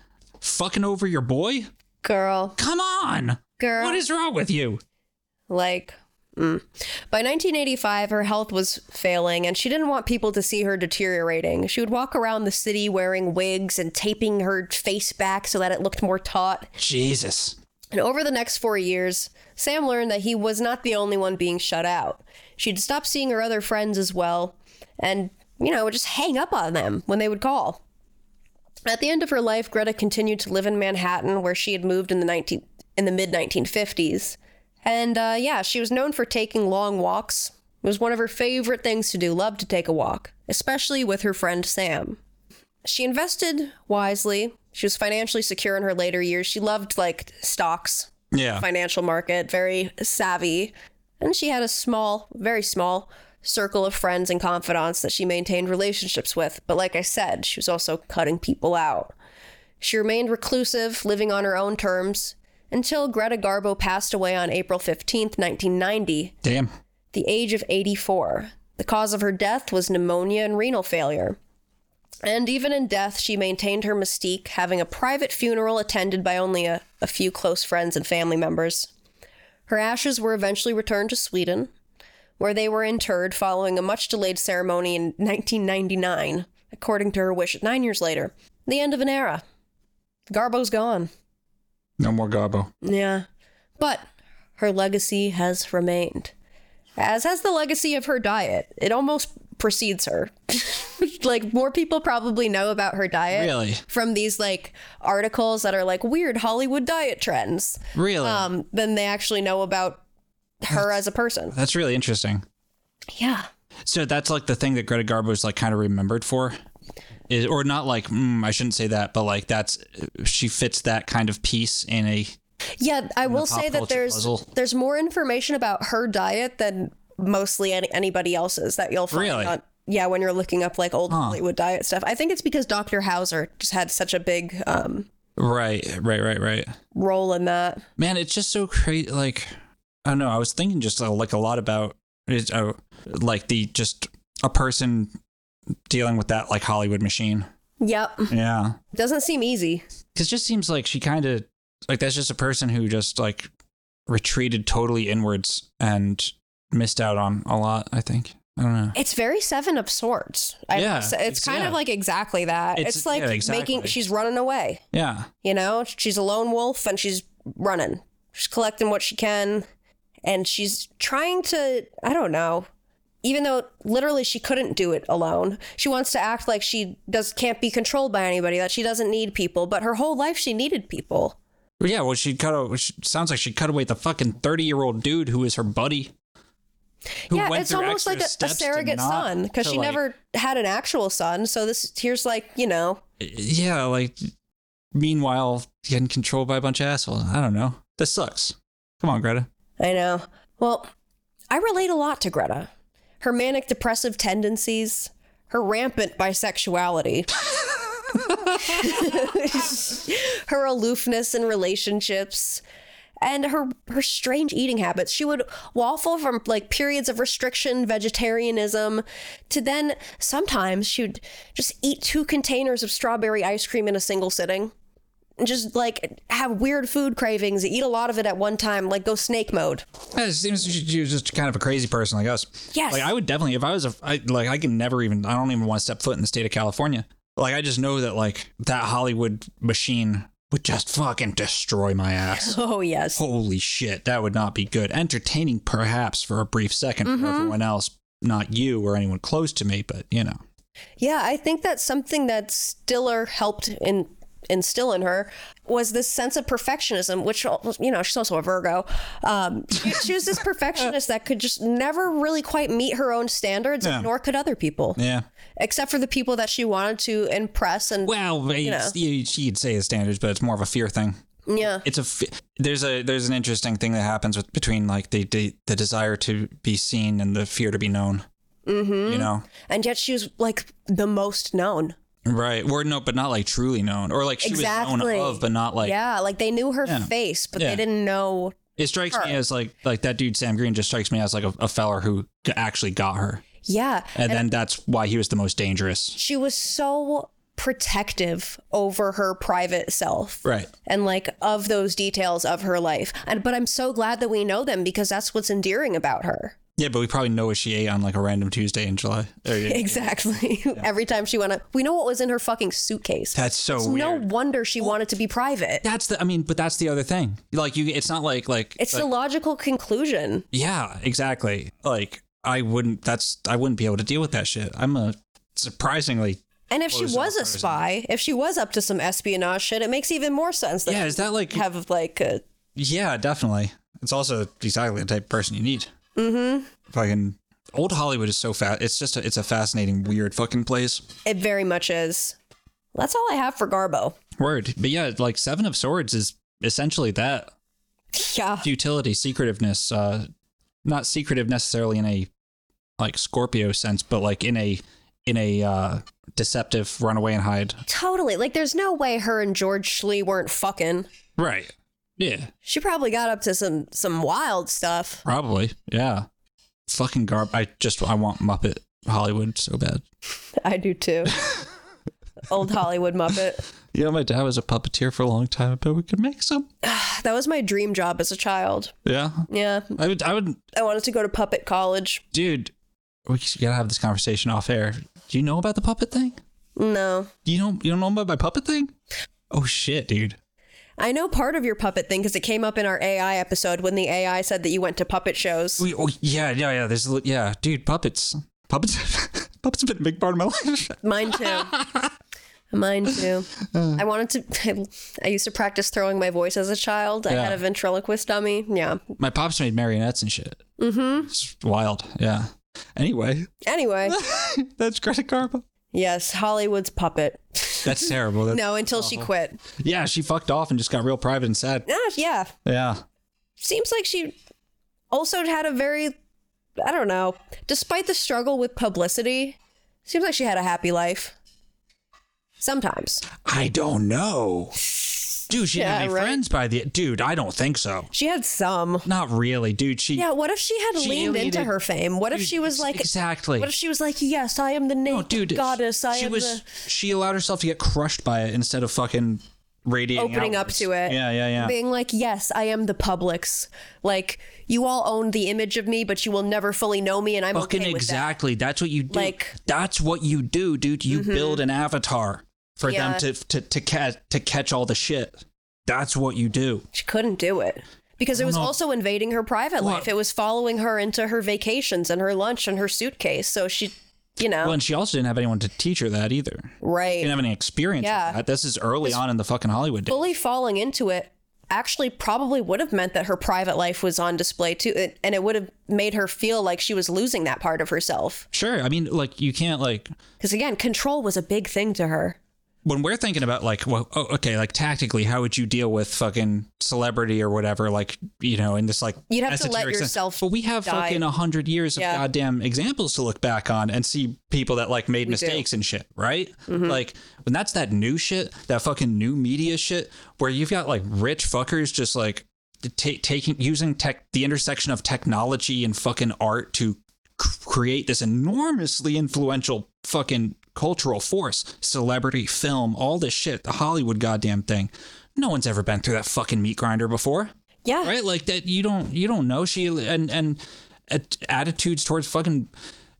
Speaker 2: fucking over your boy?
Speaker 1: Girl,
Speaker 2: Come on!
Speaker 1: girl.
Speaker 2: What is wrong with you?
Speaker 1: like, mm." By 1985, her health was failing, and she didn't want people to see her deteriorating. She would walk around the city wearing wigs and taping her face back so that it looked more taut.
Speaker 2: Jesus.
Speaker 1: And over the next four years, Sam learned that he was not the only one being shut out. She'd stop seeing her other friends as well, and, you know, would just hang up on them when they would call. At the end of her life, Greta continued to live in Manhattan, where she had moved in the 19, in the mid 1950s. And uh, yeah, she was known for taking long walks. It was one of her favorite things to do, loved to take a walk, especially with her friend Sam. She invested wisely. She was financially secure in her later years. She loved like stocks,
Speaker 2: Yeah.
Speaker 1: financial market, very savvy. And she had a small, very small circle of friends and confidants that she maintained relationships with. But like I said, she was also cutting people out. She remained reclusive, living on her own terms, until Greta Garbo passed away on April 15th, 1990,
Speaker 2: Damn.
Speaker 1: the age of 84. The cause of her death was pneumonia and renal failure. And even in death, she maintained her mystique, having a private funeral attended by only a, a few close friends and family members. Her ashes were eventually returned to Sweden, where they were interred following a much delayed ceremony in 1999, according to her wish, nine years later. The end of an era. Garbo's gone.
Speaker 2: No more Garbo.
Speaker 1: Yeah. But her legacy has remained, as has the legacy of her diet. It almost precedes her. [LAUGHS] like, more people probably know about her diet
Speaker 2: Really?
Speaker 1: from these, like, articles that are like weird Hollywood diet trends
Speaker 2: Really?
Speaker 1: um, than they actually know about her as a person.
Speaker 2: that's really interesting.
Speaker 1: Yeah.
Speaker 2: So that's like the thing that Greta Garbo's like kind of remembered for. Is, or not like mm, I shouldn't say that, but like that's she fits that kind of piece in a
Speaker 1: Yeah, I will
Speaker 2: pop
Speaker 1: say that
Speaker 2: culture
Speaker 1: there's
Speaker 2: puzzle.
Speaker 1: there's more information about her diet than mostly any, anybody else's that you'll find.
Speaker 2: Really?
Speaker 1: On, yeah, when you're looking up like old Hollywood diet stuff, I think it's because Dr. Hauser just had such a big um,
Speaker 2: right, right, right, right.
Speaker 1: role in that.
Speaker 2: man it's just so crazy like i don't know i was thinking just uh, like a lot about it, uh, like the just a person dealing with that like hollywood machine
Speaker 1: Yep,
Speaker 2: yeah
Speaker 1: doesn't seem easy.
Speaker 2: because just seems like she kind of like that's just a person who just like retreated totally inwards and missed out on a lot i think i don't know
Speaker 1: It's very seven of swords. I,
Speaker 2: Yeah,
Speaker 1: it's,
Speaker 2: it's-
Speaker 1: kind
Speaker 2: yeah.
Speaker 1: of like exactly that.
Speaker 2: It's-
Speaker 1: It's, like
Speaker 2: yeah, exactly.
Speaker 1: making she's running away.
Speaker 2: yeah
Speaker 1: You know, she's a lone wolf and she's running. She's collecting what she can and she's trying to, I don't know, even though literally she couldn't do it alone. She wants to act like she does can't be controlled by anybody, that she doesn't need people, but her whole life she needed people.
Speaker 2: But yeah well she cut a, she, sounds like she cut away the fucking 30 year old dude who is her buddy who
Speaker 1: yeah,
Speaker 2: went
Speaker 1: it's
Speaker 2: through
Speaker 1: almost
Speaker 2: extra
Speaker 1: like a, a
Speaker 2: steps to
Speaker 1: surrogate
Speaker 2: not-
Speaker 1: son because
Speaker 2: to,
Speaker 1: she
Speaker 2: like-
Speaker 1: never had an actual son. So this here's like, you know,
Speaker 2: yeah, like meanwhile getting controlled by a bunch of assholes. I don't know. This sucks. Come on, Greta.
Speaker 1: I know. Well, I relate a lot to Greta. Her manic depressive tendencies, her rampant bisexuality, [LAUGHS] her aloofness in relationships, and her her strange eating habits. She would waffle from like periods of restriction, vegetarianism, to then sometimes she would just eat two containers of strawberry ice cream in a single sitting and just like have weird food cravings, eat a lot of it at one time, like go snake mode.
Speaker 2: Yeah, It seems she, she was just kind of a crazy person like us.
Speaker 1: Yes.
Speaker 2: Like I would definitely, if I was a, I, like I can never even, I don't even want to step foot in the state of California. Like I just know that like that Hollywood machine would just fucking destroy
Speaker 1: [LAUGHS]
Speaker 2: my ass.
Speaker 1: Oh yes.
Speaker 2: Holy shit, that would not be good. Entertaining perhaps for a brief 2nd for everyone else, not you or anyone close to me, but you know.
Speaker 1: Yeah, I think that's something that Stiller helped in instill in her was this sense of perfectionism, which you know she's also a Virgo. Um, she, she was this perfectionist that could just never really quite meet her own standards,
Speaker 2: Yeah.
Speaker 1: nor could other people,
Speaker 2: Yeah.
Speaker 1: except for the people that she wanted to impress. And
Speaker 2: Well, you
Speaker 1: know.
Speaker 2: she'd say the standards, but it's more of a fear thing.
Speaker 1: yeah,
Speaker 2: It's a f- there's a there's an interesting thing that happens with between like the the, the desire to be seen and the fear to be known. Mm-hmm. You know,
Speaker 1: and yet she was like the most known.
Speaker 2: right? Or no, but not like truly known, or like she was
Speaker 1: Exactly.
Speaker 2: known of, but not like.
Speaker 1: yeah, like they knew her
Speaker 2: Yeah.
Speaker 1: face, but
Speaker 2: Yeah.
Speaker 1: they didn't know.
Speaker 2: It strikes me
Speaker 1: her.
Speaker 2: as like like that dude Sam Green just strikes me as like a, a feller who g- actually got her,
Speaker 1: Yeah,
Speaker 2: and, then that's why he was the most dangerous.
Speaker 1: she was so protective over her private self
Speaker 2: Right.
Speaker 1: and like of those details of her life and but i'm so glad that we know them because that's what's endearing about her [LAUGHS]
Speaker 2: Yeah, but we probably know what she ate on like a random Tuesday in July. Or-
Speaker 1: exactly every time she went up we know what was in her fucking suitcase
Speaker 2: That's so
Speaker 1: It's
Speaker 2: weird.
Speaker 1: no wonder she wanted to be private
Speaker 2: That's the. I mean, but that's the other thing. Like you, it's not like like.
Speaker 1: it's
Speaker 2: like,
Speaker 1: the logical conclusion
Speaker 2: Yeah, exactly. Like I wouldn't. That's I wouldn't be able to deal with that shit. I'm a surprisingly.
Speaker 1: and if she
Speaker 2: Close-up
Speaker 1: was a
Speaker 2: person.
Speaker 1: spy if she was up to some espionage shit it makes even more sense that
Speaker 2: Yeah, is that like?
Speaker 1: she'd have like a
Speaker 2: yeah, definitely. It's also exactly the type of person you need. Mm-hmm. Fucking old Hollywood is so fat. It's just a, it's a fascinating, weird fucking place.
Speaker 1: It very much is. That's all I have for Garbo.
Speaker 2: Word, but yeah, like Seven of Swords is essentially that.
Speaker 1: Yeah.
Speaker 2: futility, secretiveness, uh, not secretive necessarily in a like Scorpio sense, but like in a in a uh, deceptive runaway and hide.
Speaker 1: Totally. Like, there's no way her and George Schley weren't fucking.
Speaker 2: Right. Yeah.
Speaker 1: She probably got up to some some wild stuff.
Speaker 2: Probably. Yeah. Fucking garb. I just I want Muppet Hollywood so bad.
Speaker 1: [LAUGHS] I do too. [LAUGHS] Old Hollywood Muppet.
Speaker 2: Yeah, my dad was a puppeteer for a long time. I bet we could make some.
Speaker 1: That was my dream job as a child.
Speaker 2: Yeah.
Speaker 1: Yeah.
Speaker 2: I would. I would.
Speaker 1: I wanted to go to puppet college.
Speaker 2: Dude, we gotta have this conversation off air. Do you know about the puppet thing?
Speaker 1: No.
Speaker 2: You don't. You don't know about my puppet thing? Oh shit, dude.
Speaker 1: I know part of your puppet thing because it came up in our AI episode when the AI said that you went to puppet shows. [LAUGHS]
Speaker 2: We, oh, yeah, yeah, yeah. There's, li- yeah, dude, puppets, puppets, puppets [LAUGHS] have been a big part of my life.
Speaker 1: Mine too. Mine [LAUGHS] too. I wanted to. [LAUGHS] I, used to practice throwing my voice as a child. I
Speaker 2: Yeah.
Speaker 1: had a ventriloquist dummy. Yeah.
Speaker 2: My pops made marionettes and shit. Mm-hmm. It's wild. Yeah. Anyway, [LAUGHS]
Speaker 1: [LAUGHS] Anyway,
Speaker 2: that's Greta Garbo.
Speaker 1: yes, Hollywood's puppet.
Speaker 2: That's terrible. That-
Speaker 1: No, until she quit.
Speaker 2: Yeah, she fucked off and just got real private and sad.
Speaker 1: Ah, yeah.
Speaker 2: Yeah.
Speaker 1: Seems like she also had a very. I don't know. Despite the struggle with publicity, seems like she had a happy life. Sometimes
Speaker 2: I don't know. Dude, she
Speaker 1: Yeah,
Speaker 2: didn't have
Speaker 1: right.
Speaker 2: any friends by the. Dude, I don't think so.
Speaker 1: she had some.
Speaker 2: Not really, dude. She.
Speaker 1: Yeah. What if she had
Speaker 2: She
Speaker 1: leaned into
Speaker 2: alienated-
Speaker 1: her fame? What if
Speaker 2: Dude,
Speaker 1: she was like
Speaker 2: exactly.
Speaker 1: What if she was like, "Yes, I am the
Speaker 2: No,
Speaker 1: naked
Speaker 2: dude.
Speaker 1: goddess. I
Speaker 2: she
Speaker 1: am
Speaker 2: was.
Speaker 1: the-
Speaker 2: She allowed herself to get crushed by it instead of fucking radiating.
Speaker 1: opening up
Speaker 2: outwards.
Speaker 1: to it."
Speaker 2: Yeah, yeah, yeah.
Speaker 1: Being like, "Yes, I am the public's. Like, you all own the image of me, but you will never fully know me, and I'm
Speaker 2: fucking
Speaker 1: okay with
Speaker 2: exactly. That's what you do.
Speaker 1: Like- Mm-hmm.
Speaker 2: that's what you do, dude. You build an avatar for
Speaker 1: Yeah.
Speaker 2: them to to to catch to catch all the shit. That's what you do.
Speaker 1: that." She couldn't do it because it was also invading her private
Speaker 2: Well-
Speaker 1: life. It was following her into her vacations and her lunch and her suitcase. So she, you know,
Speaker 2: Well, and she also didn't have anyone to teach her that either. She
Speaker 1: right,
Speaker 2: didn't have any experience.
Speaker 1: Yeah.
Speaker 2: Yeah, that. this is early on in the fucking Hollywood. Day.
Speaker 1: fully falling into it actually probably would have meant that her private life was on display too and- and it would have made her feel like she was losing that part of herself
Speaker 2: Sure, I mean, like you can't like
Speaker 1: Because again, control was a big thing to her.
Speaker 2: when we're thinking about like, well, oh, okay, like tactically, how would you deal with fucking celebrity or whatever? Like, you know, in this like
Speaker 1: You'd have to let
Speaker 2: esoteric sense.
Speaker 1: yourself
Speaker 2: But we have
Speaker 1: die.
Speaker 2: fucking a hundred years of
Speaker 1: Yeah.
Speaker 2: goddamn examples to look back on and see people that like made mistakes and shit, right? Like when that's that new shit, that fucking new media shit, where you've got like rich fuckers just like ta- taking using tech the intersection of technology and fucking art to c- create this enormously influential fucking cultural force celebrity film all this shit the hollywood goddamn thing no one's ever been through that fucking meat grinder before
Speaker 1: Yeah.
Speaker 2: right like that you don't you don't know she and and at- attitudes towards fucking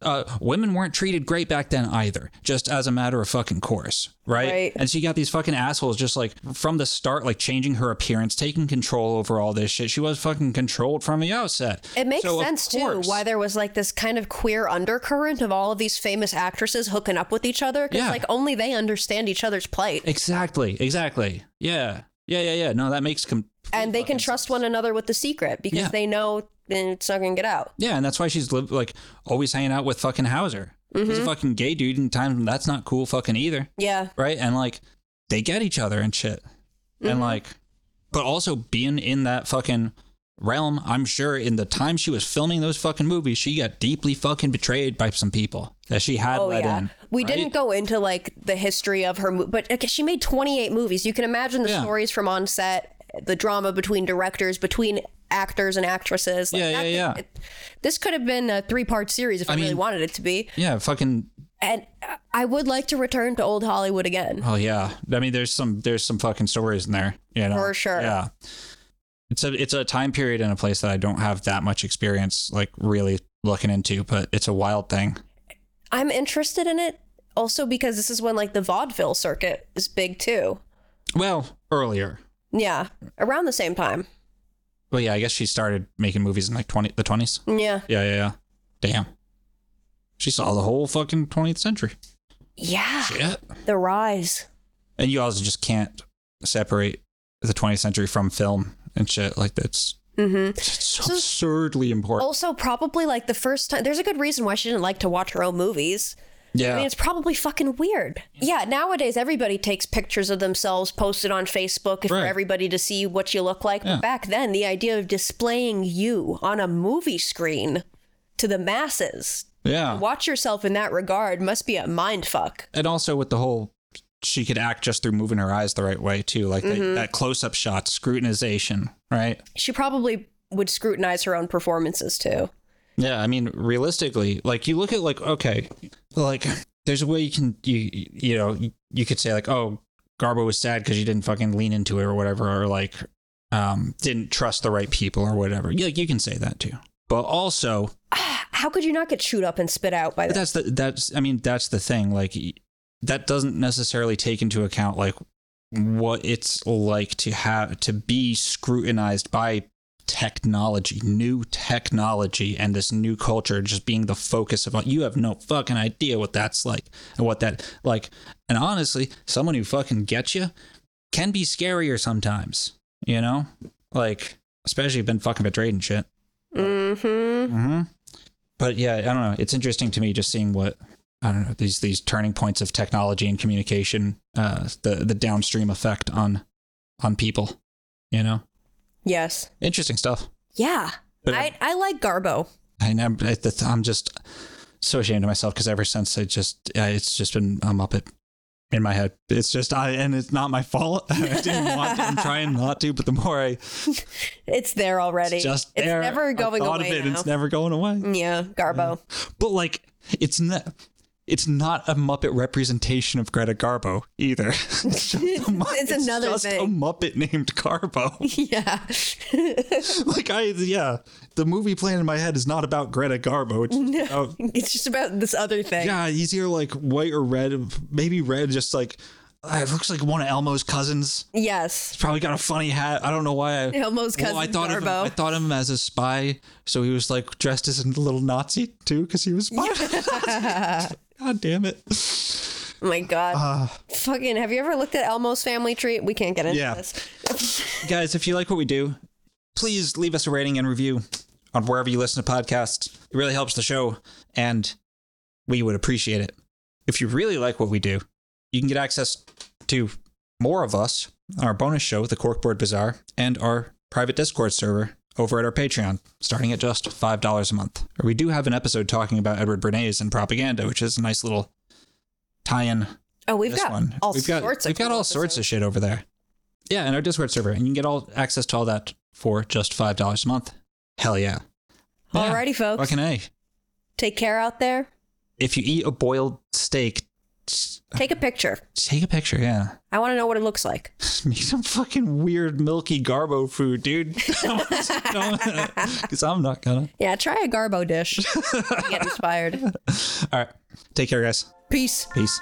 Speaker 2: uh, women weren't treated great back then either, just as a matter of fucking course, right?
Speaker 1: Right.
Speaker 2: And so you got these fucking assholes just like from the start, like changing her appearance, taking control over all this shit. She was fucking controlled from the outset.
Speaker 1: It makes
Speaker 2: So, of
Speaker 1: sense too
Speaker 2: course-
Speaker 1: why there was like this kind of queer undercurrent of all of these famous actresses hooking up with each other because
Speaker 2: Yeah.
Speaker 1: like only they understand each other's plight
Speaker 2: Exactly, exactly. Yeah, yeah, yeah, yeah. No, that makes com-
Speaker 1: and they can trust one another with the secret because
Speaker 2: Yeah.
Speaker 1: they know it's not going to get out.
Speaker 2: Yeah, and that's why she's lived like always hanging out with fucking Hauser. He's
Speaker 1: Mm-hmm.
Speaker 2: a fucking gay dude, and time that's not cool fucking either,
Speaker 1: Yeah.
Speaker 2: right? And like they get each other and shit,
Speaker 1: Mm-hmm.
Speaker 2: and like, but also being in that fucking realm, I'm sure in the time she was filming those fucking movies, she got deeply fucking betrayed by some people that she had
Speaker 1: Oh
Speaker 2: let
Speaker 1: yeah.
Speaker 2: in.
Speaker 1: we
Speaker 2: right?
Speaker 1: didn't go into like the history of her, mo- but okay, she made 28 movies. You can imagine the
Speaker 2: Yeah.
Speaker 1: stories from on set, the drama between directors, between actors and actresses. Like,
Speaker 2: Yeah,
Speaker 1: that
Speaker 2: yeah,
Speaker 1: could- This could have been a three-part series if I, really
Speaker 2: mean-
Speaker 1: wanted it to be.
Speaker 2: Yeah, fucking
Speaker 1: And I would like to return to old Hollywood again.
Speaker 2: Oh yeah, I mean, there's some there's some fucking stories in there, you know.
Speaker 1: For sure.
Speaker 2: Yeah, it's a it's a time period in a place that I don't have that much experience, like really looking into, but it's a wild thing.
Speaker 1: I'm interested in it also because this is when like the vaudeville circuit is big too.
Speaker 2: Well, earlier,
Speaker 1: Yeah, around the same time.
Speaker 2: well, yeah, I guess she started making movies in like twenty the twenties.
Speaker 1: Yeah.
Speaker 2: Yeah, yeah, yeah. Damn, she saw the whole fucking twentieth century.
Speaker 1: Yeah.
Speaker 2: Shit.
Speaker 1: The rise.
Speaker 2: and you also just can't separate the 20th century from film and shit like that's
Speaker 1: Mhm.
Speaker 2: it's so
Speaker 1: So-
Speaker 2: absurdly important
Speaker 1: Also, probably like the first time. There's a good reason why she didn't like to watch her own movies.
Speaker 2: yeah
Speaker 1: Oh, I mean, it's probably fucking weird. Yeah, nowadays everybody takes pictures of themselves, post it on Facebook for
Speaker 2: Right.
Speaker 1: everybody to see what you look like.
Speaker 2: Yeah.
Speaker 1: But back then, the idea of displaying you on a movie screen to the masses,
Speaker 2: yeah
Speaker 1: watch yourself in that regard, must be a mind fuck.
Speaker 2: and also with the whole she could act just through moving her eyes the right way too like
Speaker 1: Mm-hmm.
Speaker 2: that, that close-up shot scrutinization right
Speaker 1: She probably would scrutinize her own performances too.
Speaker 2: yeah i mean realistically like you look at like okay like there's a way you can you you know you could say like oh garbo was sad because you didn't fucking lean into it or whatever or like um didn't trust the right people or whatever yeah you can say that too but also
Speaker 1: How could you not get chewed up and spit out by
Speaker 2: But
Speaker 1: that?
Speaker 2: that's the that's I mean that's the thing like y- that doesn't necessarily take into account like what it's like to have to be scrutinized by technology, new technology and this new culture just being the focus of you have no fucking idea what that's like and what that like and honestly, someone who fucking gets you can be scarier sometimes, you know? Like especially if you've been fucking betrayed and shit.
Speaker 1: Mm-hmm.
Speaker 2: hmm But yeah, I don't know. It's interesting to me just seeing what I don't know these these turning points of technology and communication, uh, the the downstream effect on on people. You know,
Speaker 1: Yes.
Speaker 2: interesting stuff.
Speaker 1: Yeah.
Speaker 2: But-
Speaker 1: I, I like Garbo.
Speaker 2: And I'm I- that's- I'm just so ashamed of myself because ever since I just uh, it's just been a muppet in my head. It's just I and it's not my fault. [LAUGHS] I didn't want. To, I'm trying not to, but the more I
Speaker 1: It's there already.
Speaker 2: it's just there,
Speaker 1: It's never
Speaker 2: I
Speaker 1: going
Speaker 2: thought
Speaker 1: away.
Speaker 2: Of it,
Speaker 1: now.
Speaker 2: It's never going away.
Speaker 1: yeah, Garbo.
Speaker 2: But like, it's not. It's not a Muppet representation of Greta Garbo either. [LAUGHS] it's just a Mu-
Speaker 1: [LAUGHS] It's another
Speaker 2: just a
Speaker 1: thing.
Speaker 2: Muppet named Garbo. [LAUGHS]
Speaker 1: [LAUGHS] Yeah.
Speaker 2: like I, yeah, the movie plan in my head is not about Greta
Speaker 1: [LAUGHS]
Speaker 2: Garbo. It's about-
Speaker 1: it's just about this other thing.
Speaker 2: yeah, he's either like white or red, maybe red. Just like ah, it looks like one of Elmo's cousins.
Speaker 1: Yes.
Speaker 2: He's probably got a funny hat. I don't know why. I,
Speaker 1: [LAUGHS] Elmo's cousin
Speaker 2: I thought of him,
Speaker 1: Garbo.
Speaker 2: I thought of him as a spy, so he was like dressed as a little Nazi too, because he was a spy.
Speaker 1: [LAUGHS]
Speaker 2: [LAUGHS] God damn it.
Speaker 1: Oh my God.
Speaker 2: Uh,
Speaker 1: Fucking, have you ever looked at Elmo's family tree? We can't get into
Speaker 2: Yeah.
Speaker 1: this.
Speaker 2: guys, if you like what we do, please leave us a rating and review on wherever you listen to podcasts. It really helps the show, and we would appreciate it. If you really like what we do, you can get access to more of us, our bonus show, The Corkboard Bazaar, and our private Discord server over at our Patreon, starting at just $5 a month. We do have an episode talking about Edward Bernays and propaganda, which is a nice little tie-in
Speaker 1: Oh, we've got all
Speaker 2: we've got,
Speaker 1: sorts of
Speaker 2: we've got
Speaker 1: cool
Speaker 2: all sorts of
Speaker 1: episodes.
Speaker 2: shit over there. Yeah, and our Discord server, and you can get all access to all that for just five dollars a month. Hell yeah! Yeah.
Speaker 1: Alrighty, folks.
Speaker 2: Fucking a.
Speaker 1: Take care out there.
Speaker 2: If you eat a boiled steak, t-
Speaker 1: Take a picture.
Speaker 2: take a picture. Yeah, [LAUGHS]
Speaker 1: I want to know what it looks like.
Speaker 2: make some fucking weird milky garbo food, dude. [LAUGHS] Because I'm not gonna.
Speaker 1: Yeah, try a Garbo dish. Get inspired.
Speaker 2: All right, take care, guys.
Speaker 1: Peace.
Speaker 2: Peace.